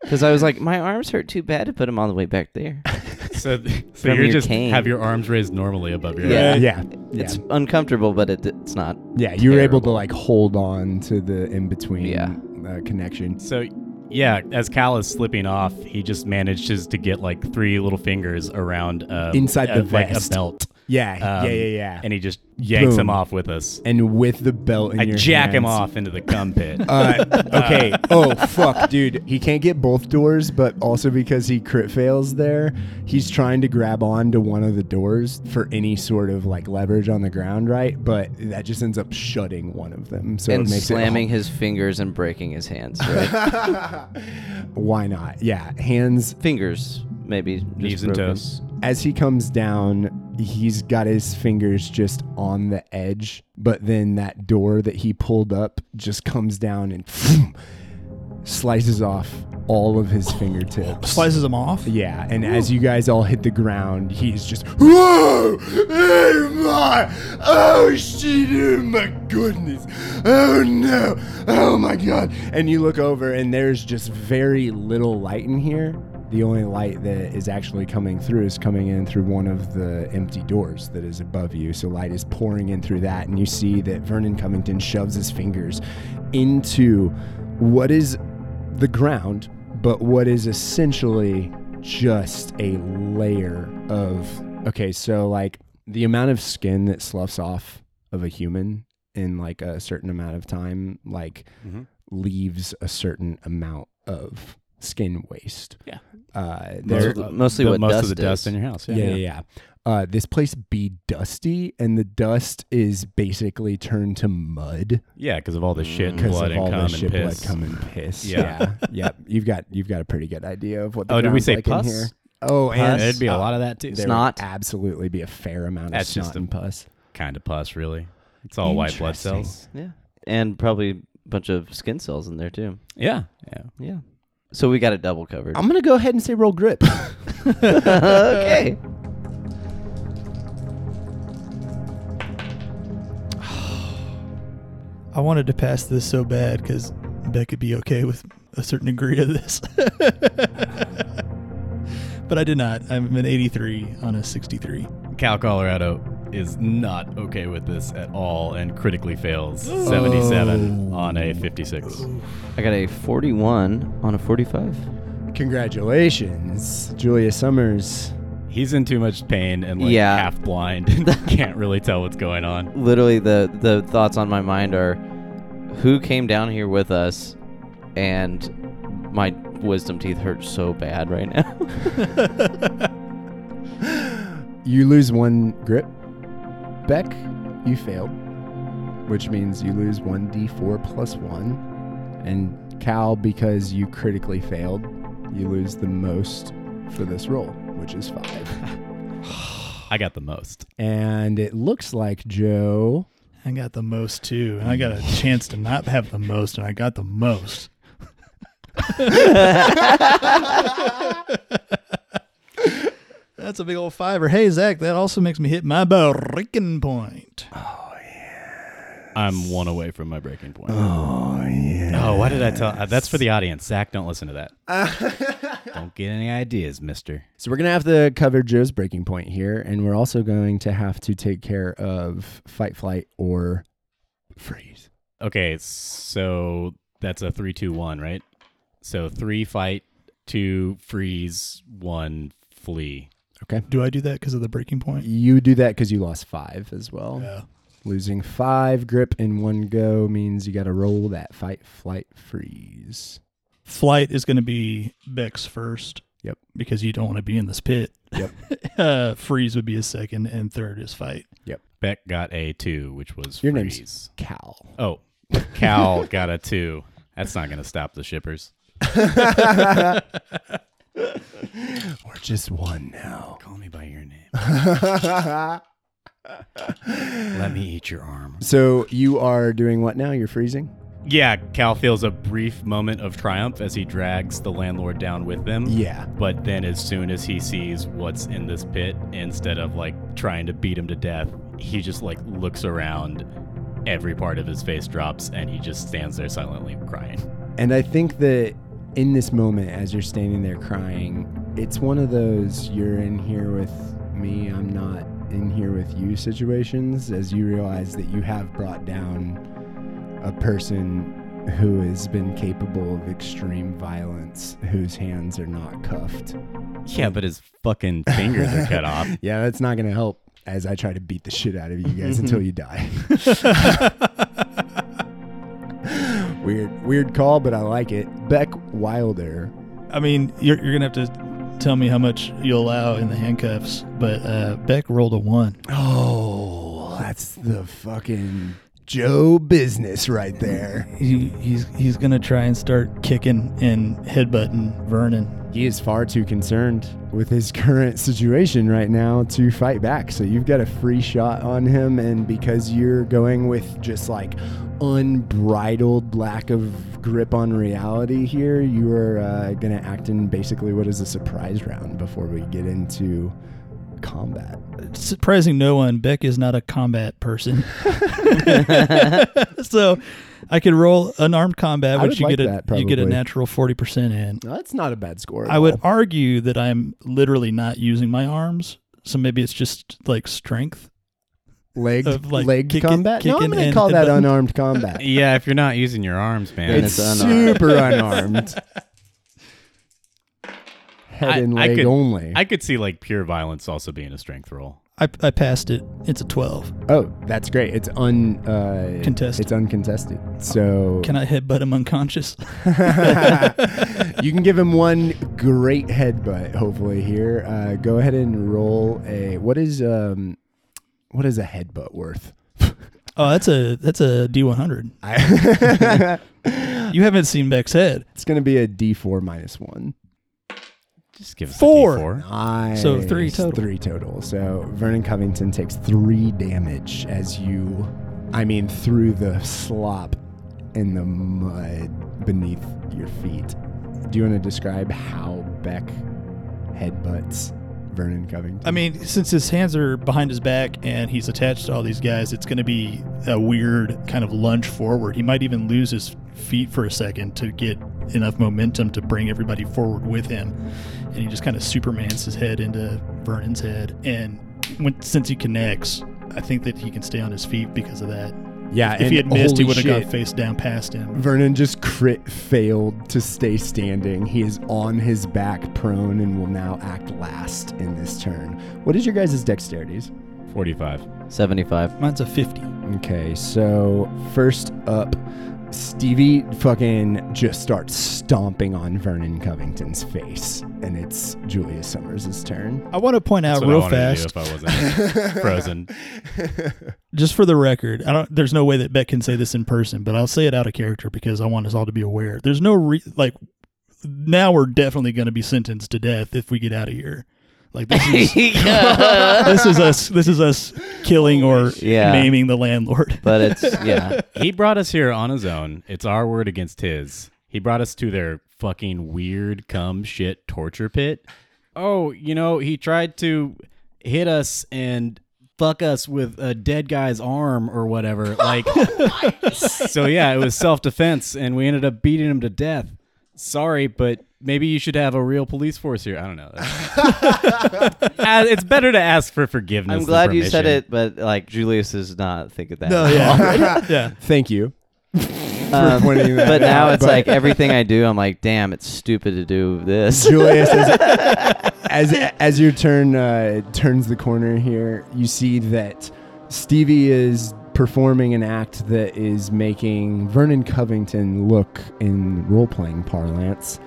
Speaker 2: Because I was like, my arms hurt too bad to put them all the way back there.
Speaker 1: *laughs* so so
Speaker 2: From
Speaker 1: you're
Speaker 2: your
Speaker 1: just
Speaker 2: cane.
Speaker 1: have your arms raised normally above your
Speaker 2: Yeah.
Speaker 1: head.
Speaker 3: Uh, *laughs* yeah,
Speaker 2: It's
Speaker 3: yeah.
Speaker 2: uncomfortable, but it, it's not.
Speaker 3: Yeah, you were able to
Speaker 2: terrible.
Speaker 3: like hold on to the in between
Speaker 2: Yeah.
Speaker 3: uh, connection.
Speaker 1: So yeah, as Cal is slipping off, he just manages to get like three little fingers around um,
Speaker 3: Inside the
Speaker 1: uh, like a
Speaker 3: vest.
Speaker 1: belt,
Speaker 3: Yeah,
Speaker 1: Um,
Speaker 3: yeah, yeah, yeah. And,
Speaker 1: and he just yanks
Speaker 3: Boom.
Speaker 1: him off with us.
Speaker 3: with the belt in
Speaker 1: I
Speaker 3: your
Speaker 1: jack him
Speaker 3: hands.
Speaker 1: off into the cum
Speaker 2: *laughs*
Speaker 1: pit.
Speaker 3: Uh, *laughs* okay. Oh fuck, dude. He can't get both doors, but also because he crit fails there, he's trying to grab onto one of the doors for any sort of like leverage on the ground, right? But that just ends up shutting one of them. So
Speaker 2: and
Speaker 3: it makes
Speaker 2: slamming
Speaker 3: It,
Speaker 2: his fingers and breaking his
Speaker 3: *laughs*
Speaker 2: hands. Right?
Speaker 3: why not? Yeah, hands
Speaker 2: fingers, maybe. just
Speaker 1: Knees and
Speaker 2: broken.
Speaker 1: toes.
Speaker 3: as he comes down, he's got his fingers just on the edge, but then that door that he pulled up just comes down and *laughs* slices off all of his fingertips.
Speaker 4: Slices them off.
Speaker 3: Yeah, and as you guys all hit the ground, he's just whoa, oh my, oh shit, oh my goodness, oh no, oh my god, and you look over and there's just very little light in here. The only light that is actually coming through is coming in through one of the empty doors that is above you. So light is pouring in through that, and you see that Vernon Covington shoves his fingers into what is the ground, but what is essentially just a layer of. Okay, so like the amount of skin that sloughs off of a human in like a certain amount of time, like
Speaker 1: Mhm.
Speaker 3: leaves a certain amount of skin waste.
Speaker 1: Yeah.
Speaker 3: Uh,
Speaker 2: Most
Speaker 3: there,
Speaker 2: of the- mostly
Speaker 1: The-
Speaker 2: what
Speaker 1: most
Speaker 2: dust
Speaker 1: of the dust
Speaker 2: is.
Speaker 1: in your house.
Speaker 3: yeah, yeah, yeah. Uh, this place be dusty, and the dust is basically turned to mud
Speaker 1: Yeah, because of all the shit, and
Speaker 3: because
Speaker 1: blood,
Speaker 3: of all
Speaker 1: and
Speaker 3: the
Speaker 1: cum,
Speaker 3: shit,
Speaker 1: and
Speaker 3: blood,
Speaker 1: piss.
Speaker 3: cum, and piss.
Speaker 1: Yeah.
Speaker 3: Yeah, yep. You've got you've got a pretty good idea of what. The
Speaker 1: Oh, did we
Speaker 3: ground's
Speaker 1: say
Speaker 3: like
Speaker 1: pus?
Speaker 3: In here. Oh, and
Speaker 1: There'd be a lot of that too.
Speaker 3: there
Speaker 2: Snot.
Speaker 3: Would absolutely, be a fair amount
Speaker 1: That's
Speaker 3: of
Speaker 1: just
Speaker 3: snot
Speaker 1: a-
Speaker 3: and pus.
Speaker 1: Kind of pus, really. It's all white blood
Speaker 3: Interesting.
Speaker 1: cells.
Speaker 2: Yeah. And probably a bunch of skin cells in there, too.
Speaker 1: Yeah, yeah.
Speaker 2: Yeah. So we got it double *laughs* covered.
Speaker 3: I'm gonna go ahead and say roll grip.
Speaker 2: okay.
Speaker 4: I wanted to pass this so bad because Beck could be okay with a certain degree of this. *laughs* but I did not. I'm an 83 on a 63.
Speaker 1: Cal Colorado is not okay with this at all and critically fails 77 on a 56.
Speaker 2: I got a 41 on a 45.
Speaker 3: Congratulations, Julia Summers.
Speaker 1: He's in too much pain and like
Speaker 2: Yeah.
Speaker 1: half blind and *laughs* can't really tell what's going on.
Speaker 2: Literally, the, the thoughts on my mind are who came down here with us and my wisdom teeth hurt so bad right now. *laughs*
Speaker 3: You lose one grip. Beck, you failed, which means you lose one d4 plus one. And Cal, because you critically failed, you lose the most for this roll, which is five.
Speaker 1: I got the most.
Speaker 3: and it looks like Joe.
Speaker 4: I got the most too. And I got a chance to not have the most, and I got the most. *laughs* That's a big old fiver. Hey, Zach, that also makes me hit my breaking point.
Speaker 1: I'm one away from my breaking point. Oh, yeah. Oh, why did I tell? uh, That's for the audience. Zach, don't listen to that. *laughs* don't get any ideas, mister.
Speaker 3: So we're gonna have to cover Joe's breaking point here, and we're also going to have to take care of fight, flight, or freeze.
Speaker 1: Okay, so that's a three, two, one, right? So three fight, two freeze, one flee.
Speaker 3: Okay.
Speaker 4: Do I do that because of the breaking point?
Speaker 3: You do that because you lost five as well.
Speaker 4: Yeah.
Speaker 3: Losing five grip in one go means you got to roll that fight, flight, freeze.
Speaker 4: Flight is going to be Beck's first.
Speaker 3: Yep.
Speaker 4: *laughs* Because you don't want to be in this pit.
Speaker 3: Yep.
Speaker 4: uh, freeze would be his second, and third is fight.
Speaker 1: Beck got a two, which was
Speaker 3: Your name's-
Speaker 1: freeze.
Speaker 3: Cal.
Speaker 1: Oh, *laughs* Cal got a two. That's not going to stop the shippers.
Speaker 3: We're just one now.
Speaker 1: Call me by your name. *laughs* Let me eat your arm.
Speaker 3: So you are doing what now? You're freezing?
Speaker 1: Yeah, Cal feels a brief moment of triumph as he drags the landlord down with them.
Speaker 3: Yeah.
Speaker 1: But then, as soon as he sees what's in this pit, instead of like trying to beat him to death, he just like looks around. Every part of his face drops, and he just stands there silently crying.
Speaker 3: And I think that in this moment, as you're standing there crying, it's one of those you're in here with me, I'm not in here with you situations, as you realize that you have brought down a person who has been capable of extreme violence, whose hands are not cuffed.
Speaker 1: *laughs* Yeah, but his fucking fingers are cut off.
Speaker 3: Yeah, that's not going to help as I try to beat the shit out of you guys until you die. *laughs* weird, weird call, but I like it. Beck Wilder.
Speaker 4: I mean, you're, you're going to have to tell me how much you allow in the handcuffs, but uh, Beck rolled a one.
Speaker 3: Oh, that's the fucking Joe business right there.
Speaker 4: He, he's he's going to try and start kicking and headbutting Vernon.
Speaker 3: He is far too concerned with his *laughs* current situation right now to fight back. So you've got a free shot on him. And because you're going with just like unbridled lack of grip on reality here, you are uh, going to act in basically what is a surprise round before we get into combat.
Speaker 4: Surprising no one, Beck is not a combat person. *laughs* so I could roll unarmed combat,
Speaker 3: I would
Speaker 4: which you
Speaker 3: like
Speaker 4: get a
Speaker 3: that,
Speaker 4: you get a
Speaker 3: probably.
Speaker 4: natural forty percent in.
Speaker 3: Now, that's not a bad score. at
Speaker 4: I would
Speaker 3: all.
Speaker 4: argue that I'm literally not using my arms, so maybe it's just like strength.
Speaker 3: Leg,
Speaker 4: of, like,
Speaker 3: leg
Speaker 4: kicking-
Speaker 3: combat? No, I'm
Speaker 4: kicking
Speaker 3: going to
Speaker 4: and-
Speaker 3: call
Speaker 4: and
Speaker 3: that
Speaker 4: button.
Speaker 3: unarmed
Speaker 4: *laughs*
Speaker 1: *laughs*
Speaker 3: combat.
Speaker 1: Yeah, if you're not using your arms, man.
Speaker 2: And
Speaker 3: it's
Speaker 2: it's unarmed.
Speaker 3: super unarmed. Head
Speaker 1: I-
Speaker 3: and
Speaker 1: I
Speaker 3: leg
Speaker 1: could-
Speaker 3: only.
Speaker 1: I could see like pure violence also being a strength roll.
Speaker 4: I, I passed it. It's a twelve.
Speaker 3: oh, that's great. It's un uh,
Speaker 4: Contested.
Speaker 3: It's uncontested. So
Speaker 4: Can I headbutt him unconscious? *laughs*
Speaker 3: you can give him one great headbutt. Hopefully here. Uh, go ahead and roll a. What is um, what is a headbutt worth?
Speaker 4: oh, that's a that's a D one hundred.
Speaker 3: I-
Speaker 4: You haven't seen Beck's head.
Speaker 3: it's gonna be a D four minus one.
Speaker 1: Just give us
Speaker 4: Four.
Speaker 1: A D4.
Speaker 3: Nice.
Speaker 4: So three total.
Speaker 3: Three total. So Vernon Covington takes three damage as you, I mean, through the slop in the mud beneath your feet. Do you want to describe how Beck headbutts Vernon Covington?
Speaker 4: I mean, since his hands are behind his back and he's attached to all these guys, it's going to be a weird kind of lunge forward. He might even lose his feet for a second to get enough momentum to bring everybody forward with him. And he just kind of supermans his head into Vernon's head. And when, since he connects, I think that he can stay on his feet because of that.
Speaker 3: yeah.
Speaker 4: If he had missed, he would have
Speaker 3: got.
Speaker 4: gone face down past him.
Speaker 3: Vernon just crit failed to stay standing. He is on his back, prone, and will now act last in this turn. What is your guys' dexterities?
Speaker 1: 45.
Speaker 2: 75.
Speaker 3: *laughs*
Speaker 4: Mine's a 50.
Speaker 3: Okay, so first up, Stevie fucking just starts stomping on Vernon Covington's face, and it's Julia Summers' turn.
Speaker 4: I want to point
Speaker 1: That's
Speaker 4: out
Speaker 1: what I
Speaker 4: real
Speaker 1: wanted
Speaker 4: fast.
Speaker 1: to do if I wasn't *laughs* frozen.
Speaker 4: just for the record, I don't. There's no way that Beck can say this in person, but I'll say it out of character because I want us all to be aware. There's no re- like. Now we're definitely going to be sentenced to death if we get out of here. Like this
Speaker 2: *laughs*
Speaker 4: is this is us this is us killing or
Speaker 2: Yeah.
Speaker 4: maiming the landlord.
Speaker 2: But it's, yeah.
Speaker 1: He brought us here on his own. It's our word against his. He brought us to their fucking weird cum shit torture pit. Oh, you know, he tried to hit us and fuck us with a dead guy's arm or whatever. Like So yeah, it was self-defense and we ended up beating him to death. Sorry, but maybe you should have a real police force here. I don't know. Uh, it's better to ask for forgiveness.
Speaker 2: I'm
Speaker 1: than
Speaker 2: glad you said
Speaker 1: permission.
Speaker 2: it, but like Julius does not think of that.
Speaker 4: No, yeah, *laughs* yeah.
Speaker 3: *laughs* Thank you.
Speaker 2: *laughs* Um,
Speaker 3: pointing that
Speaker 2: but now
Speaker 3: out,
Speaker 2: it's
Speaker 3: but-
Speaker 2: like everything I do, I'm like, damn, it's stupid to do this. *laughs*
Speaker 3: Julius, as, as as your turn uh, turns the corner here, you see that Stevie is performing an act that is making Vernon Covington look, in role playing parlance,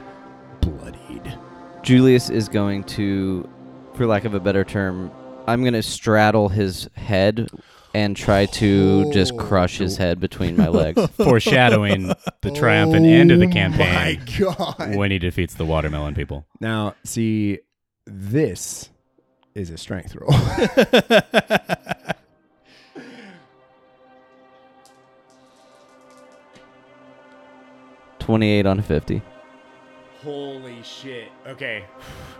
Speaker 3: bloodied.
Speaker 2: Julius is going to, for lack of a better term, I'm going to straddle his head and try to just crush his head between my legs.
Speaker 1: foreshadowing the triumphant end of the campaign
Speaker 3: My God.
Speaker 1: when he defeats the watermelon people.
Speaker 3: Now, see, this is a strength roll. *laughs*
Speaker 2: Twenty-eight on fifty.
Speaker 3: Holy shit. Okay.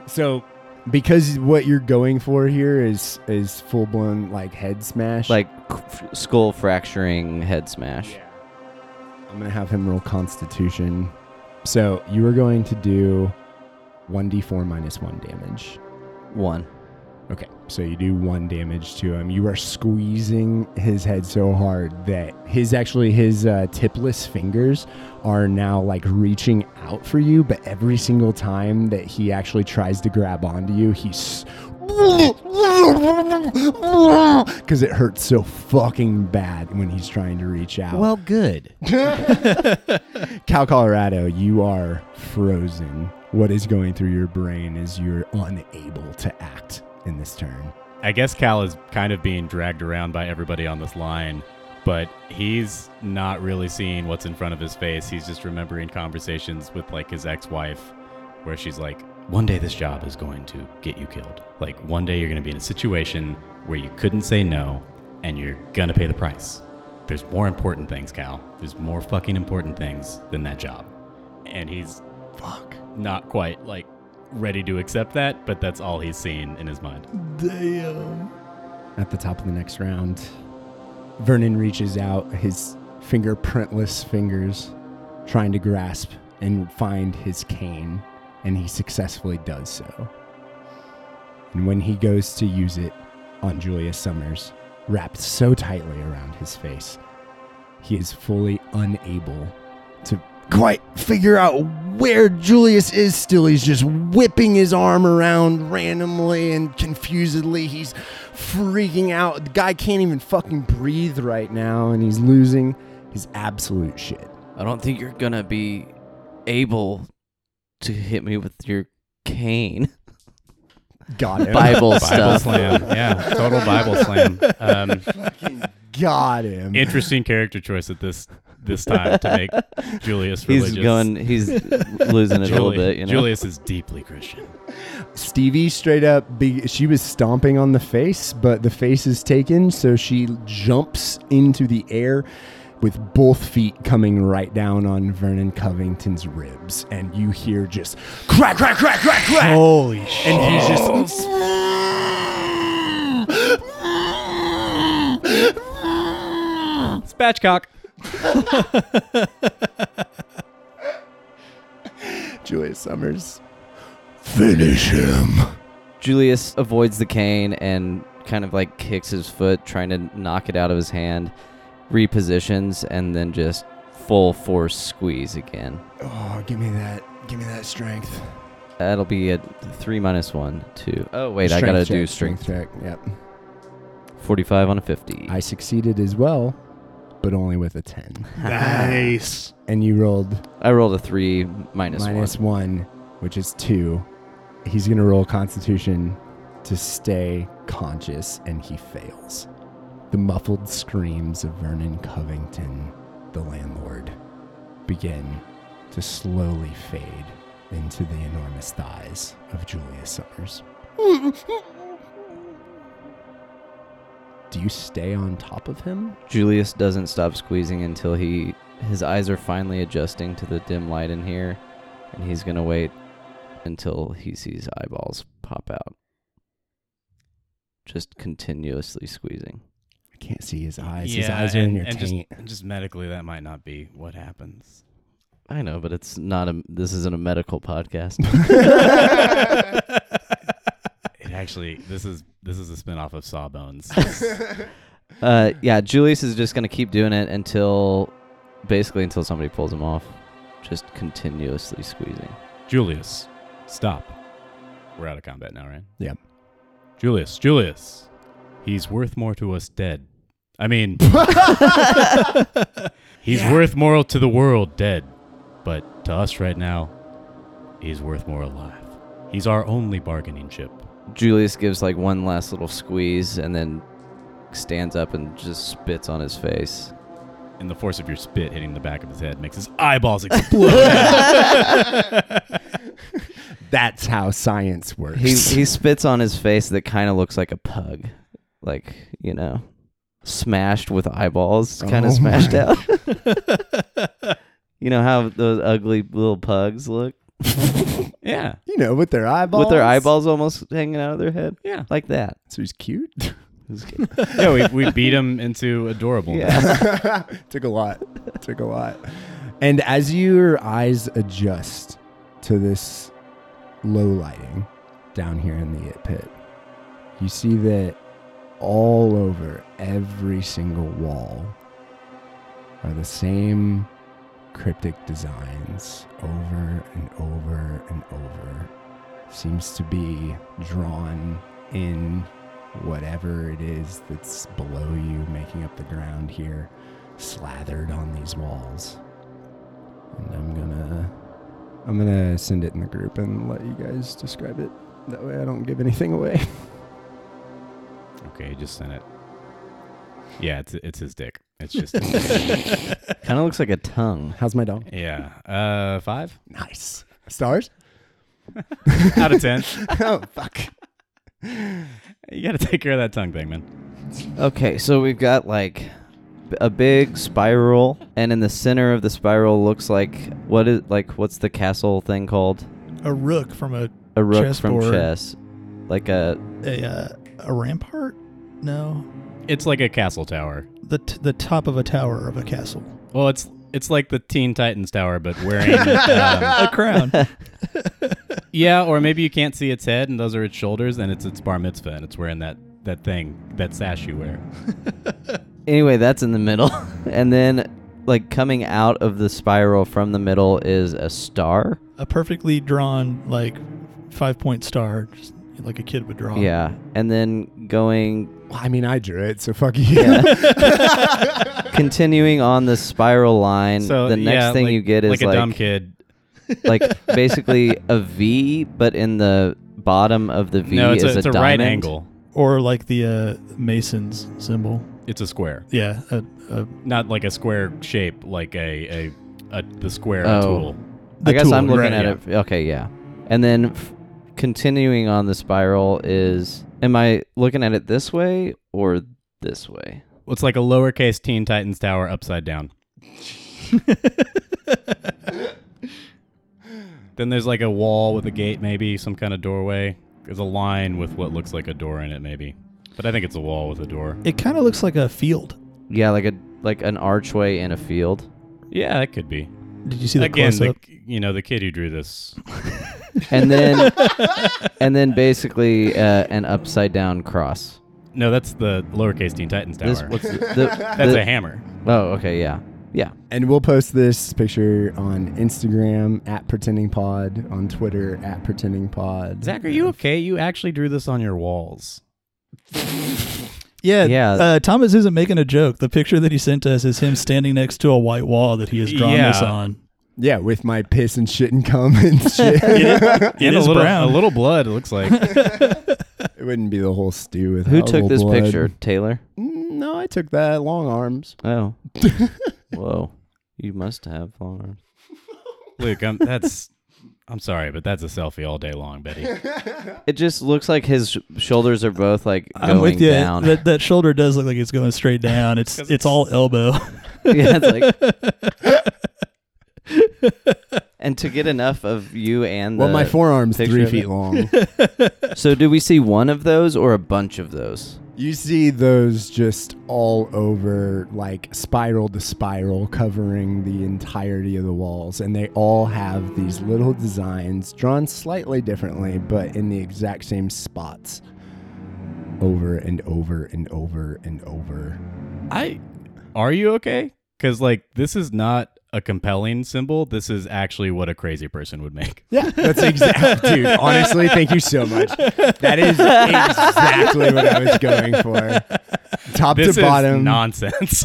Speaker 3: So because what you're going for here is is full blown like head smash.
Speaker 2: Like c- f- skull fracturing head smash.
Speaker 3: I'm gonna have him roll Constitution. So you are going to do one d4 minus one damage.
Speaker 2: One.
Speaker 3: Okay, so you do one damage to him. You are squeezing his head so hard that his actually his uh, tipless fingers are now like reaching out for you. But every single time that he actually tries to grab onto you, *laughs* he's because it hurts so fucking bad when he's trying to reach out.
Speaker 7: Well, good.
Speaker 3: Cal Colorado, you are frozen. What is going through your brain is you're unable to act in this turn.
Speaker 1: I guess Cal is kind of being dragged around by everybody on this line, but he's not really seeing what's in front of his face. He's just remembering conversations with like his ex-wife where she's like, "One day this job is going to get you killed. Like one day you're going to be in a situation where you couldn't say no and you're going to pay the price. There's more important things, Cal. There's more fucking important things than that job." And he's fuck, not quite like ready to accept that, but that's all he's seeing in his mind.
Speaker 4: Damn.
Speaker 3: At the top of the next round, Vernon reaches out his fingerprintless fingers, trying to grasp and find his cane, and he successfully does so. And when he goes to use it on Julia Summers, wrapped so tightly around his face, he is fully unable to quite figure out where Julius is still. He's just whipping his arm around randomly and confusedly. He's freaking out. The guy can't even fucking breathe right now, and he's losing his absolute shit.
Speaker 2: I don't think you're gonna be able to hit me with your cane.
Speaker 1: *laughs*
Speaker 3: Got him.
Speaker 2: Bible
Speaker 1: Bible
Speaker 2: stuff.
Speaker 1: slam. Yeah, total Bible slam. Um,
Speaker 3: Got him.
Speaker 1: interesting character choice at this this time to make Julius religious.
Speaker 2: He's going. He's losing it a little
Speaker 1: Juli-
Speaker 2: bit. You know.
Speaker 1: Julius is deeply Christian.
Speaker 3: Stevie straight up, be- she was stomping on the face, but the face is taken, so she jumps into the air with both feet coming right down on Vernon Covington's ribs. And you hear just crack, crack, crack, crack, crack.
Speaker 2: *laughs*
Speaker 4: Holy shit.
Speaker 3: And he's
Speaker 1: Oh,
Speaker 3: just. *laughs*
Speaker 1: Spatchcock.
Speaker 3: Julia Summers. Finish him.
Speaker 2: Julius avoids the cane and kind of like kicks his foot, trying to knock it out of his hand, repositions, and then just full force squeeze again.
Speaker 3: Oh, give me that. Give me that strength.
Speaker 2: That'll be a three minus one, two. Oh, wait, I gotta do strength.
Speaker 3: check. Yep.
Speaker 2: 45 on a 50.
Speaker 3: I succeeded as well, but only with a 10.
Speaker 4: Nice.
Speaker 3: And you rolled
Speaker 2: I rolled a three minus,
Speaker 3: minus
Speaker 2: one.
Speaker 3: one, which is two. He's going to roll Constitution to stay conscious, and he fails. The muffled screams of Vernon Covington, the landlord, begin to slowly fade into the enormous thighs of Julia Summers. Do you stay on top of him?
Speaker 2: Julius doesn't stop squeezing until he his eyes are finally adjusting to the dim light in here, and he's gonna wait until he sees eyeballs pop out. Just continuously squeezing.
Speaker 3: I can't see his eyes. his eyes are in your taint.
Speaker 1: Just, medically, that might not be what *laughs* happens.
Speaker 2: I know, but it's not a. This isn't a medical podcast.
Speaker 1: It actually, this is this is a spinoff of *laughs* Sawbones.
Speaker 2: uh, yeah, Julius is just gonna keep doing it until, basically, until somebody pulls him off. Just continuously squeezing.
Speaker 1: Julius, stop. We're out of combat now, right?
Speaker 3: Yep.
Speaker 1: Julius, Julius, he's worth more to us dead. I mean, *laughs* he's worth more to the world dead, but to us right now, he's worth more alive. He's our only bargaining chip.
Speaker 2: Julius gives like one last little squeeze and then stands up and just spits on his face.
Speaker 1: And the force of your spit hitting the back of his head makes his eyeballs explode.
Speaker 3: That's how science works.
Speaker 2: He he spits on his face that kind of looks like a pug, like you know, smashed with eyeballs, kind
Speaker 3: Oh
Speaker 2: of smashed *laughs* out. you know how those ugly little pugs *laughs* look
Speaker 1: yeah,
Speaker 3: you know, with their eyeballs.
Speaker 2: with their eyeballs almost hanging out of their head,
Speaker 1: yeah,
Speaker 2: like that.
Speaker 3: So he's cute. *laughs*
Speaker 1: yeah. We, we beat him into adorable.
Speaker 2: Yeah.
Speaker 3: Took a lot. Took a lot. And as your eyes adjust to this low lighting down here in the it pit, you see that all over every single wall are the same cryptic designs over and over and over. Seems to be drawn in whatever it is that's below you, making up the ground here, slathered on these walls. And I'm gonna, I'm gonna send it in the group and let you guys describe it. That way, I don't give anything away. *laughs*
Speaker 1: Okay, just sent it. Yeah, it's it's his dick. It's just
Speaker 2: *laughs* kind of looks like a tongue.
Speaker 3: How's my dog?
Speaker 1: yeah. Uh, five
Speaker 3: Nice stars.
Speaker 1: out of
Speaker 2: *laughs*
Speaker 1: ten.
Speaker 3: oh fuck!
Speaker 1: You got to take care of that tongue thing, man.
Speaker 2: Okay, so we've got like b- a big spiral, and in the center of the spiral looks like what is like what's the castle thing called?
Speaker 4: A rook from a
Speaker 2: A rook from
Speaker 4: Chessboard.
Speaker 2: chess, like a
Speaker 4: a uh, a rampart? No,
Speaker 1: It's like a castle tower.
Speaker 4: the t- the top of a tower of a castle.
Speaker 1: Well, it's it's like the Teen Titans tower, but
Speaker 2: *laughs*
Speaker 1: wearing. um,
Speaker 2: Ah.
Speaker 4: a crown.
Speaker 1: yeah, or maybe you can't see its head, and those are its shoulders, and it's its bar mitzvah, and it's wearing that that thing that sash you wear.
Speaker 2: anyway. That's in the middle, *laughs* and then like coming out of the spiral from the middle is a star.
Speaker 4: a perfectly drawn like five point star, just like a kid would draw.
Speaker 1: Oh.
Speaker 2: Yeah, and then going
Speaker 3: Well, I mean, I drew it, so fuck you.
Speaker 2: *laughs* continuing on the spiral line.
Speaker 1: So
Speaker 2: the next
Speaker 1: yeah,
Speaker 2: thing
Speaker 1: like-
Speaker 2: you get is
Speaker 1: like a
Speaker 2: like
Speaker 1: dumb kid.
Speaker 2: like basically a V, but in the bottom of the V
Speaker 1: no, it's
Speaker 2: is
Speaker 1: a, it's a right
Speaker 2: diamond.
Speaker 1: angle.
Speaker 4: Or like the uh, Mason's symbol.
Speaker 1: It's a square,
Speaker 4: Yeah. uh, A, a,
Speaker 1: not like a square shape, like a a, a the square
Speaker 2: Oh.
Speaker 1: tool.
Speaker 4: the
Speaker 2: I guess
Speaker 4: tool,
Speaker 2: I'm looking
Speaker 4: right,
Speaker 2: at
Speaker 4: yeah.
Speaker 2: it. Okay, yeah. And then f- continuing on the spiral is am I looking at it this way or this way?
Speaker 1: It's like a lowercase Teen Titans tower upside down. then there's like a wall with a gate, maybe some kind of doorway. There's a line with what looks like a door in it, maybe. But I think it's a wall with a door.
Speaker 4: It kind of looks like a field.
Speaker 2: Yeah, like a like an archway in a field.
Speaker 1: Yeah, it could be.
Speaker 4: Did you see the
Speaker 1: Again,
Speaker 4: close
Speaker 1: the,
Speaker 4: up?
Speaker 1: you know, the kid who drew this.
Speaker 2: And
Speaker 1: *laughs*
Speaker 2: then and then basically uh, an upside down cross.
Speaker 1: No, that's the lowercase Teen Titans tower.
Speaker 2: This
Speaker 1: *laughs*
Speaker 2: what's the, the-
Speaker 1: that's
Speaker 2: the-
Speaker 1: a hammer.
Speaker 2: Oh, okay, yeah. Yeah.
Speaker 3: *laughs* And we'll post this picture on Instagram at Pretending Pod, on Twitter at Pretending Pod.
Speaker 1: Zach, are you okay? You actually drew this on your walls.
Speaker 4: Yeah.
Speaker 2: Yeah.
Speaker 4: Uh, Thomas isn't making a joke. The picture that he sent us is him standing next to a white wall that he has drawn
Speaker 1: Yeah.
Speaker 4: this on.
Speaker 3: Yeah, with my piss and shit and cum and shit.
Speaker 4: It
Speaker 1: and
Speaker 4: is
Speaker 1: a little,
Speaker 4: brown.
Speaker 1: a little blood. It looks
Speaker 4: *laughs*
Speaker 1: like.
Speaker 3: it wouldn't be the whole stew with
Speaker 2: Who
Speaker 3: all
Speaker 2: took
Speaker 3: the
Speaker 2: this
Speaker 3: blood.
Speaker 2: picture? Taylor?
Speaker 3: Mm, No, I took that long arms.
Speaker 2: Oh. Whoa. You must have long arms.
Speaker 1: Luke, I'm, that's. I'm sorry, but that's a selfie all day long, Betty.
Speaker 2: It just looks like his shoulders are both like going
Speaker 4: I'm with you.
Speaker 2: down.
Speaker 4: That that shoulder does look like it's going straight down. It's it's all elbow.
Speaker 2: *laughs*
Speaker 4: *laughs*
Speaker 2: yeah, it's like. and to get enough of you and
Speaker 3: Well,
Speaker 2: the,
Speaker 3: my forearm's
Speaker 2: picture
Speaker 3: three
Speaker 2: of
Speaker 3: feet
Speaker 2: it. *laughs*
Speaker 3: long.
Speaker 2: So, do we see one of those or a bunch of those?
Speaker 3: you see those just all over, like spiral to spiral, covering the entirety of the walls. And they all have these little designs drawn slightly differently, but in the exact same spots over and over and over and over.
Speaker 1: I are you okay? Because like this is not a compelling symbol. This is actually what a crazy person would make.
Speaker 3: Yeah, that's *laughs* exactly, dude. Honestly, thank you so much. That is *laughs* exactly what I was going for. Top
Speaker 1: This
Speaker 3: to
Speaker 1: is
Speaker 3: bottom, *laughs*
Speaker 1: nonsense.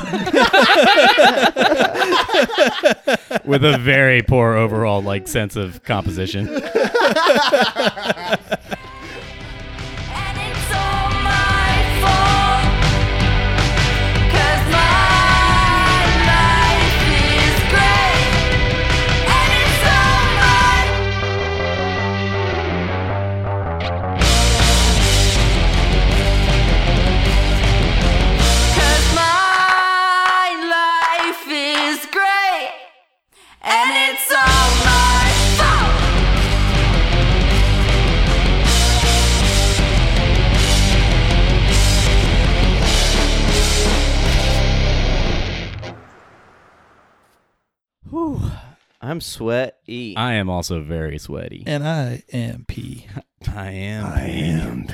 Speaker 1: With a very poor overall like sense of composition.
Speaker 6: And it's all my fault.
Speaker 2: I'm sweaty.
Speaker 1: I am also very sweaty.
Speaker 4: And I am P.
Speaker 1: I am.
Speaker 3: I am